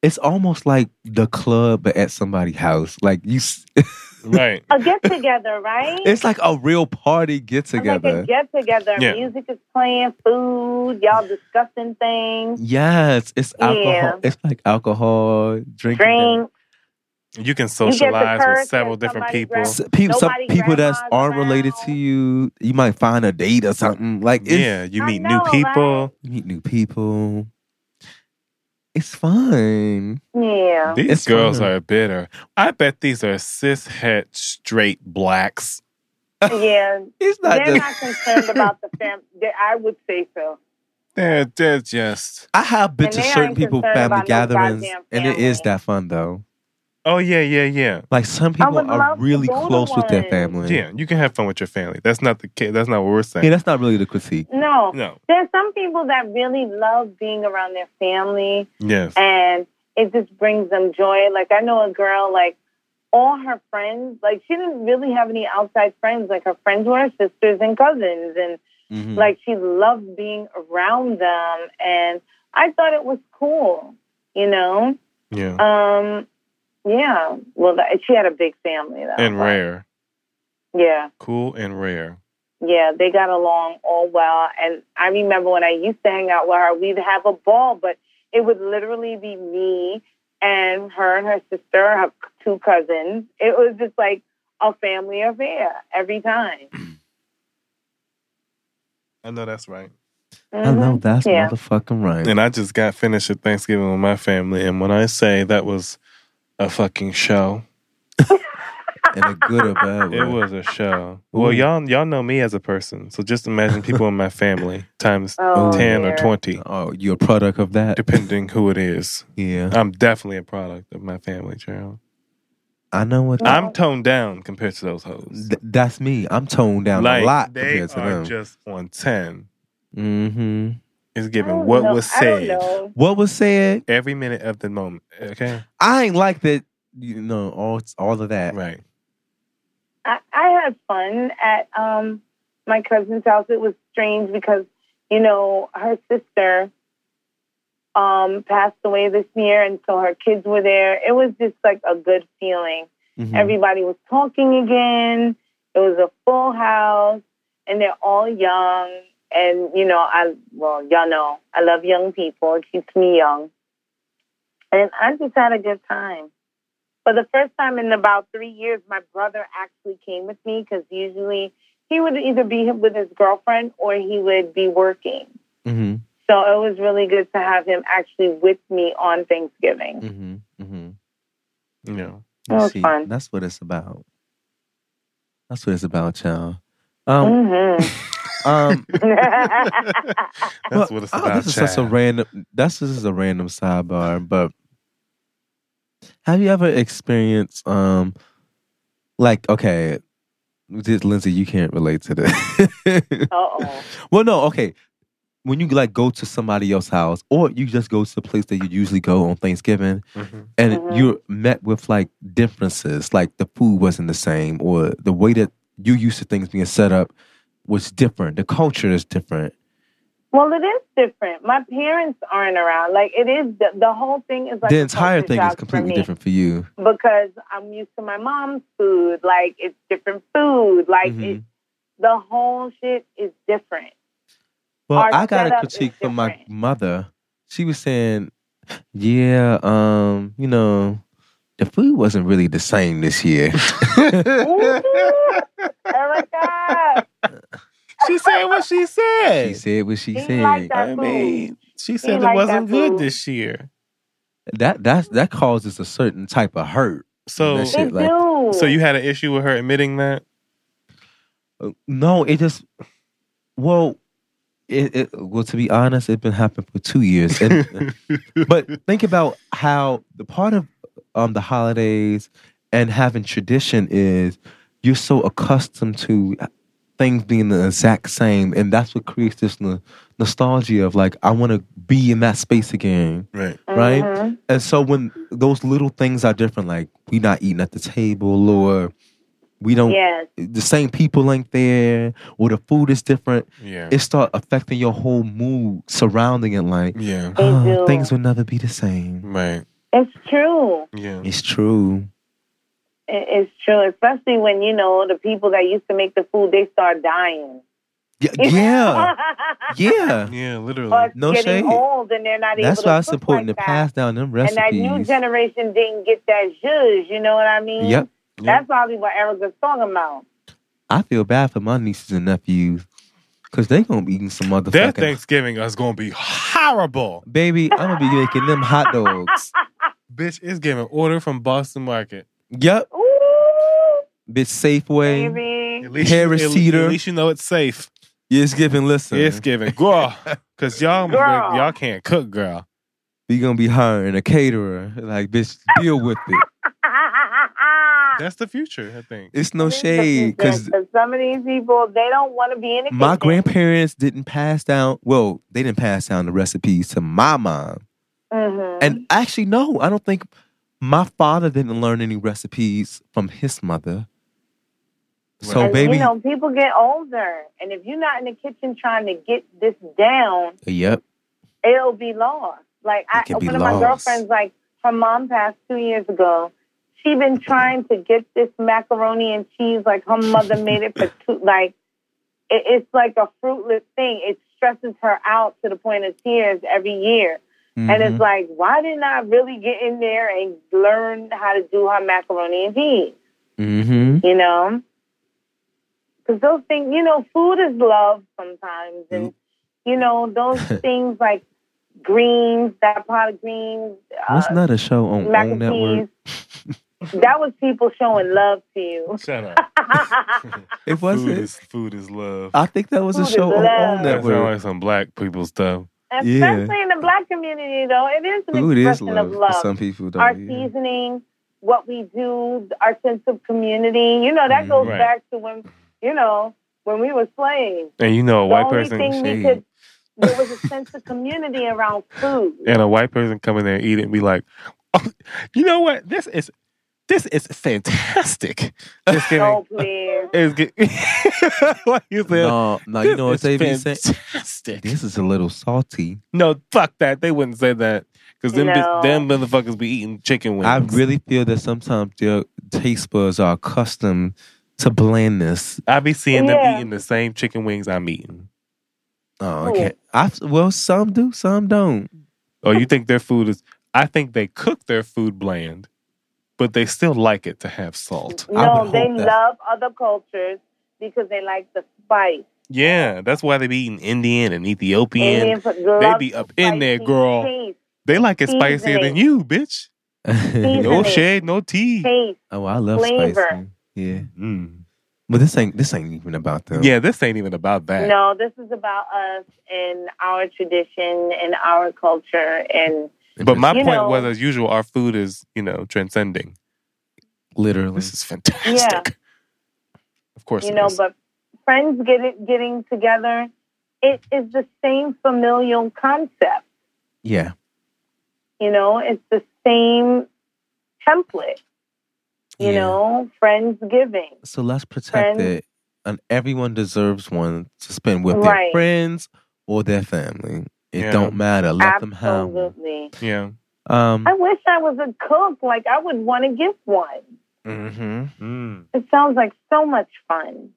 A: it's almost like the club but at somebody's house. Like you s-
B: Right.
F: A get together, right?
A: it's like a real party get
F: Like
A: together.
F: a get together.
B: Yeah.
F: Music is playing, food, y'all discussing things,
A: Yes, it's alcohol.
F: Yeah.
A: It's like alcohol drinking.
F: drink.
B: You can
F: get to
B: socialize
F: curse
B: with several
F: at
B: different
F: somebody's
B: people.
A: S- people, some
F: Nobody
A: people that's
F: grandma's
A: aren't related to
F: around.
A: you, you might find a date or something. Like it's,
B: Yeah, you
F: I
B: meet
F: know,
B: new people.
A: You meet new people. It's fun. [laughs]
F: Yeah.
B: These
A: It's
B: girls
A: fun.
B: are bitter. I bet these are cis het straight blacks.
F: yeah.
A: It's not
F: They're
A: just.
F: not concerned about the family. I would say so.
B: They're they're just
A: I have been to
F: they
A: certain
F: ain't
A: people
F: concerned
A: family
F: about no
A: gatherings,
F: goddamn
A: and it is
F: family.
A: that fun though.
B: oh yeah yeah yeah
A: Like some people
F: would
A: are
F: love to
A: really
F: go to
A: close with their
F: one.
A: family.
B: yeah. You can have fun with your family. That's not the case. That's not what we're
A: Hey,
B: saying.
A: that's not really the critique.
F: No.
B: No.
F: There's some people that really love being around their family
B: Yes.
F: and it just brings them joy. Like I know a girl, like all her friends, like she didn't really have any outside friends. Like her friends were her sisters and cousins and
A: Mhm.
B: Mm-hmm.
F: like she loved being around them and I thought it was cool, you know?
B: Yeah. Mm-hmm.
F: Um yeah. Well that, she had a big family though.
B: And rare.
F: Yeah.
B: Cool and rare.
F: Yeah, they got along all well. And I remember when I used to hang out with her, we'd have a ball, but it would literally be me and her and her sister, her two cousins. It was just like a family affair every time.
B: I know that's right.
A: I know
F: Mhm.
A: that's
F: Yeah.
A: motherfucking right.
B: And I just got finished at Thanksgiving with my family, and when I say that was a fucking show,
A: And a good or bad
B: [laughs] it
A: one.
B: was a show.
A: Ooh.
B: Well, y'all y'all know me as a person, so just imagine people in my family times
F: [laughs] Oh,
B: ten or
F: dear.
B: twenty,
A: Oh, you're a product of that.
B: depending who it is.
A: Yeah,
B: I'm definitely a product of my family, child.
A: I know what.
F: Wow.
B: I'm toned down compared to those hoes.
A: Th- that's me. I'm toned down
B: like
A: a lot
B: they
A: compared to
B: are
A: them.
B: just on ten.
A: hmm
F: Mm-hmm.
B: It's
F: I
B: given
F: don't
B: what
F: know.
B: was
F: Oh, I don't
B: said
F: know.
A: What was said?
B: every minute of the moment. Okay,
A: I ain't like that. You know, all all of that.
B: right?
F: I, I had fun at um, my cousin's house. It was strange because, you know, her sister um, passed away this year, and so her kids were there. It was just like a good feeling.
A: Mhm.
F: Everybody was talking again. It was a full house, and they're all young. And you know, I well, y'all know I love young people. It keeps me young, and I just had a good time. For the first time in about three years, my brother actually came with me because usually he would either be with his girlfriend or he would be working.
A: Mhm.
F: So it was really good to have him actually with me on Thanksgiving.
A: Mhm. Mhm.
B: You know,
A: You
F: That was
A: Mm, see,
F: fun.
A: That's what it's about. That's what it's about, y'all. Um,
F: hmm
B: [laughs]
A: um,
B: that's
F: Mm-hmm.
A: [laughs]
F: [laughs]
A: well,
B: what it's
A: oh,
B: about.
A: This is just a
B: child.
A: random. That's this is a random sidebar. But have you ever experienced, um, like, okay, this Lindsay, you can't relate to this. [laughs]
F: oh.
A: Well, no, okay. When you like go to somebody else's house, or you just go to the place that you usually go on Thanksgiving,
B: Mhm.
A: and
F: Mhm.
A: you're met with like differences, like the food wasn't the same, or the way that you used to things being set up was different. The culture is different.
F: Well, it is different. My parents aren't around. Like it is the, the whole thing is like
A: the
F: a
A: entire
F: culture
A: thing
F: shock
A: is
F: for
A: completely
F: me
A: different for you.
F: because I'm used to my mom's food. Like it's different food. Like
A: Mhm.
F: it, the whole shit is
A: [laughs]
F: different.
A: Well,
F: Our
A: I got a
F: setup is
A: critique from my
F: different.
A: mother. She was saying, "Yeah, um, you know, the food wasn't really the same this year. [laughs]
F: Ooh, Erica,
B: she said what she
A: she
B: said.
A: said what she
F: He
A: said.
F: liked that
B: I mean, she said it
F: like
B: wasn't
F: that
B: good
F: food.
B: this year.
A: that that that causes a certain type of hurt.
B: So,
A: That [laughs] shit.
F: it
A: like-
F: do.
B: so you had an issue with her admitting that?
A: Uh, No, it just well, it, it well to be honest, it's been happening for two years. And, but think about how the part of um the holidays and having tradition is you're so accustomed to things being the exact same, and that's what creates this no- nostalgia of like I want to be in that space again.
B: Right.
A: right?
F: Mhm.
A: And so when those little things are different, like we not eating at the table, or we don't
F: Yes.
A: the same people ain't there, or the food is different,
B: Yeah.
A: it start affecting your whole mood surrounding it. Like
B: yeah.
F: They
A: "Ah,
F: do.
A: things will never be the same.
B: Right.
F: It's true.
B: Yeah.
A: It's true.
F: It- It's true, especially when you know the people that used to make the food they start dying. [laughs]
A: Yeah, yeah, yeah.
B: Yeah.
F: Or
B: Literally.
A: No
F: getting
A: shade.
F: old and they're not
A: That's
F: able to
A: why it's
F: cook
A: important
F: like
A: to
F: that.
A: pass down them
F: And that new
A: recipes.
F: generation didn't get that zhuzh, you know what I mean?
A: Yep,
F: That's probably what Erica's talking about.
A: I feel bad for my nieces and nephews because they gonna be eating some
B: Their
A: motherfucking
B: Thanksgiving is gonna be horrible,
A: baby. I'm gonna be making them hot
F: [laughs]
A: dogs.
B: bitch. It's giving order from Boston Market.
A: Yep,
F: Ooh,
A: bitch. Safeway.
F: baby.
B: At least,
A: Harris
B: at,
A: Teeter.
B: At least you know it's safe.
A: Yes, giving. Listen,
B: It's giving, girl, [laughs] because y'all
F: Girl.
B: y'all can't cook, girl.
A: we gonna be hiring a caterer. Like, bitch, deal with it.
F: [laughs]
B: That's the future, I think.
A: It's no shade because
F: some of these people they don't want to be in the
A: my
F: kitchen.
A: grandparents didn't pass down. Well, they didn't pass down the recipes to my mom.
F: Mhm.
A: And actually, no, I don't think my father didn't learn any recipes from his mother. So,
F: And,
A: oh, baby,
F: you know, people get older, and if you're not in the kitchen trying to get this down,
A: yep,
F: it'll be lost. Like I,
A: can be
F: one of my
A: lost.
F: girlfriends, like her mom passed two years ago. She been trying to get this macaroni and cheese like her mother made
A: [laughs]
F: it for two. Like it, it's like a fruitless thing. It stresses her out to the point of tears every year. And
A: Mhm.
F: it's like, why didn't I really get in there and learn how to do her macaroni and cheese?
A: Mhm.
F: you know because those things you know food is love sometimes and you
A: [laughs]
F: know those things like greens that pot of greens
A: What's
F: uh,
A: not a show on
F: mac
A: OWN
F: and
A: Network?
F: cheese
A: [laughs]
F: that was people showing love to you [laughs]
B: Shut up.
A: It wasn't.
B: Food is food is love.
A: I think that was a
F: Food is
A: show on
F: love.
A: OWN
B: That sounds
A: Network.
B: like some black people stuff.
F: especially
A: Yeah.
F: in the black community though it is an
A: Food is
F: expression
A: love.
F: of
A: for
F: love
A: Some people don't.
F: our
A: yeah.
F: seasoning what we do our sense of community you know that
A: Mm-hmm.
F: goes
B: Right.
F: back to when you know when we were slaves
B: And you know, a
F: the
B: white
F: only
B: person
F: thing we
A: shade.
F: could there was a sense of community around
B: [laughs]
F: food.
B: and a white person come in there and eat it and be like, oh, you know what? This is this is fantastic. Just kidding.
F: Oh
B: [laughs]
F: please.
B: It's get- like you said,
A: No, no, you know what they be saying?
B: fantastic.
A: This is a little salty.
B: No, fuck that. They wouldn't say that because them bi-
F: No.
B: them motherfuckers be eating chicken wings.
A: I really feel that sometimes their taste buds are accustomed to blandness.
B: I be seeing them
F: Yeah.
B: eating the same chicken wings I'm eating.
A: Oh, okay. I well, some do, some don't.
B: Or Oh, you think their food is? I think they cook their food bland, but they still like it to have salt.
A: I
F: No,
A: would
F: they
A: hope that-
F: love other cultures because they like the spice.
B: Yeah, that's why they be eating Indian and Ethiopian.
F: Indian food loves
B: be up
F: the
B: in there,
F: spicy
B: girl.
F: Taste,
B: They like it spicier than
F: Seasoning.
B: you, bitch. No
F: Seasoning.
B: shade, no tea.
F: taste.
A: oh, I love
F: Flavor.
A: spicy. Yeah,
B: Mm.
A: but this ain't this ain't even about them.
B: Yeah, this ain't even about that.
F: No, this is about us and our tradition and our culture and
B: But my
F: You
B: point
F: know-
B: was, as usual, our food is, you know, transcending.
A: literally,
B: This is fantastic. Of course,
F: you
B: it
F: know,
B: is.
F: but friends get it, getting together. It is the same familial concept.
A: yeah.
F: You know, it's the same template. You
A: yeah.
F: know, friends giving.
A: So let's protect
F: Friends.
A: it, and everyone deserves one to spend with their
F: Right.
A: friends or their family. It
B: Yeah.
A: don't matter. Let them have. one.
F: Absolutely.
B: yeah.
A: Um,
F: I wish I was a cook. Like I would want to give one.
B: Mm-hmm. Mm.
F: It sounds like so much fun.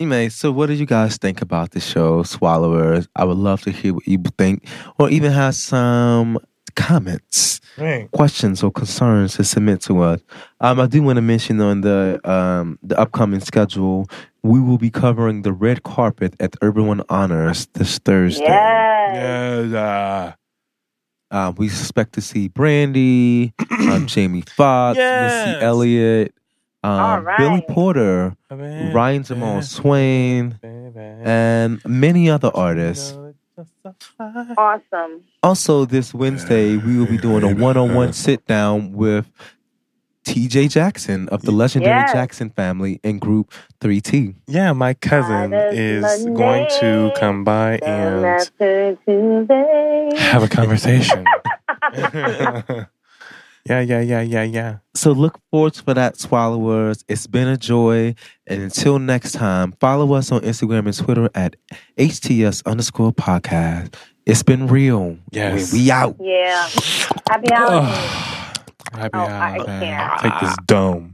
A: Anyway, so what did you guys think about the show, Swallowers? I would love to hear what you think, or even have some comments,
B: Right.
A: questions, or concerns to submit to us. Um, I do want to mention on the um, the upcoming schedule, we will be covering the red carpet at Urban One Honors this Thursday.
F: Yes.
B: Yes. Uh,
A: Uh, we expect to see
F: [clears throat]
A: Brandy, um, Jamie Foxx,
B: Yes.
A: Missy Elliott,
F: All
A: um,
F: right.
A: Billy Porter,
B: uh,
A: Ryan Jamal Swain, and many other artists.
F: Awesome.
A: Also, this Wednesday, we will be doing a one on one sit down with TJ Jackson of the legendary
F: Yes.
A: Jackson family and group 3T.
B: Yeah, my cousin
F: That
B: is
F: is my
B: going to
F: name.
B: come by
F: And
B: and
F: after today.
B: have
F: [laughs]
B: a conversation. [laughs] yeah, yeah, yeah, yeah, yeah.
A: So look forward for that, Swallowers. It's been a joy. And until next time, follow us on Instagram and Twitter at HTS underscore podcast. It's been real.
B: Yes.
A: We, we out.
F: Yeah. Happy holidays.
B: [sighs] Happy
F: Oh, I
B: holidays.
F: can't.
B: Take this dome.
F: [laughs]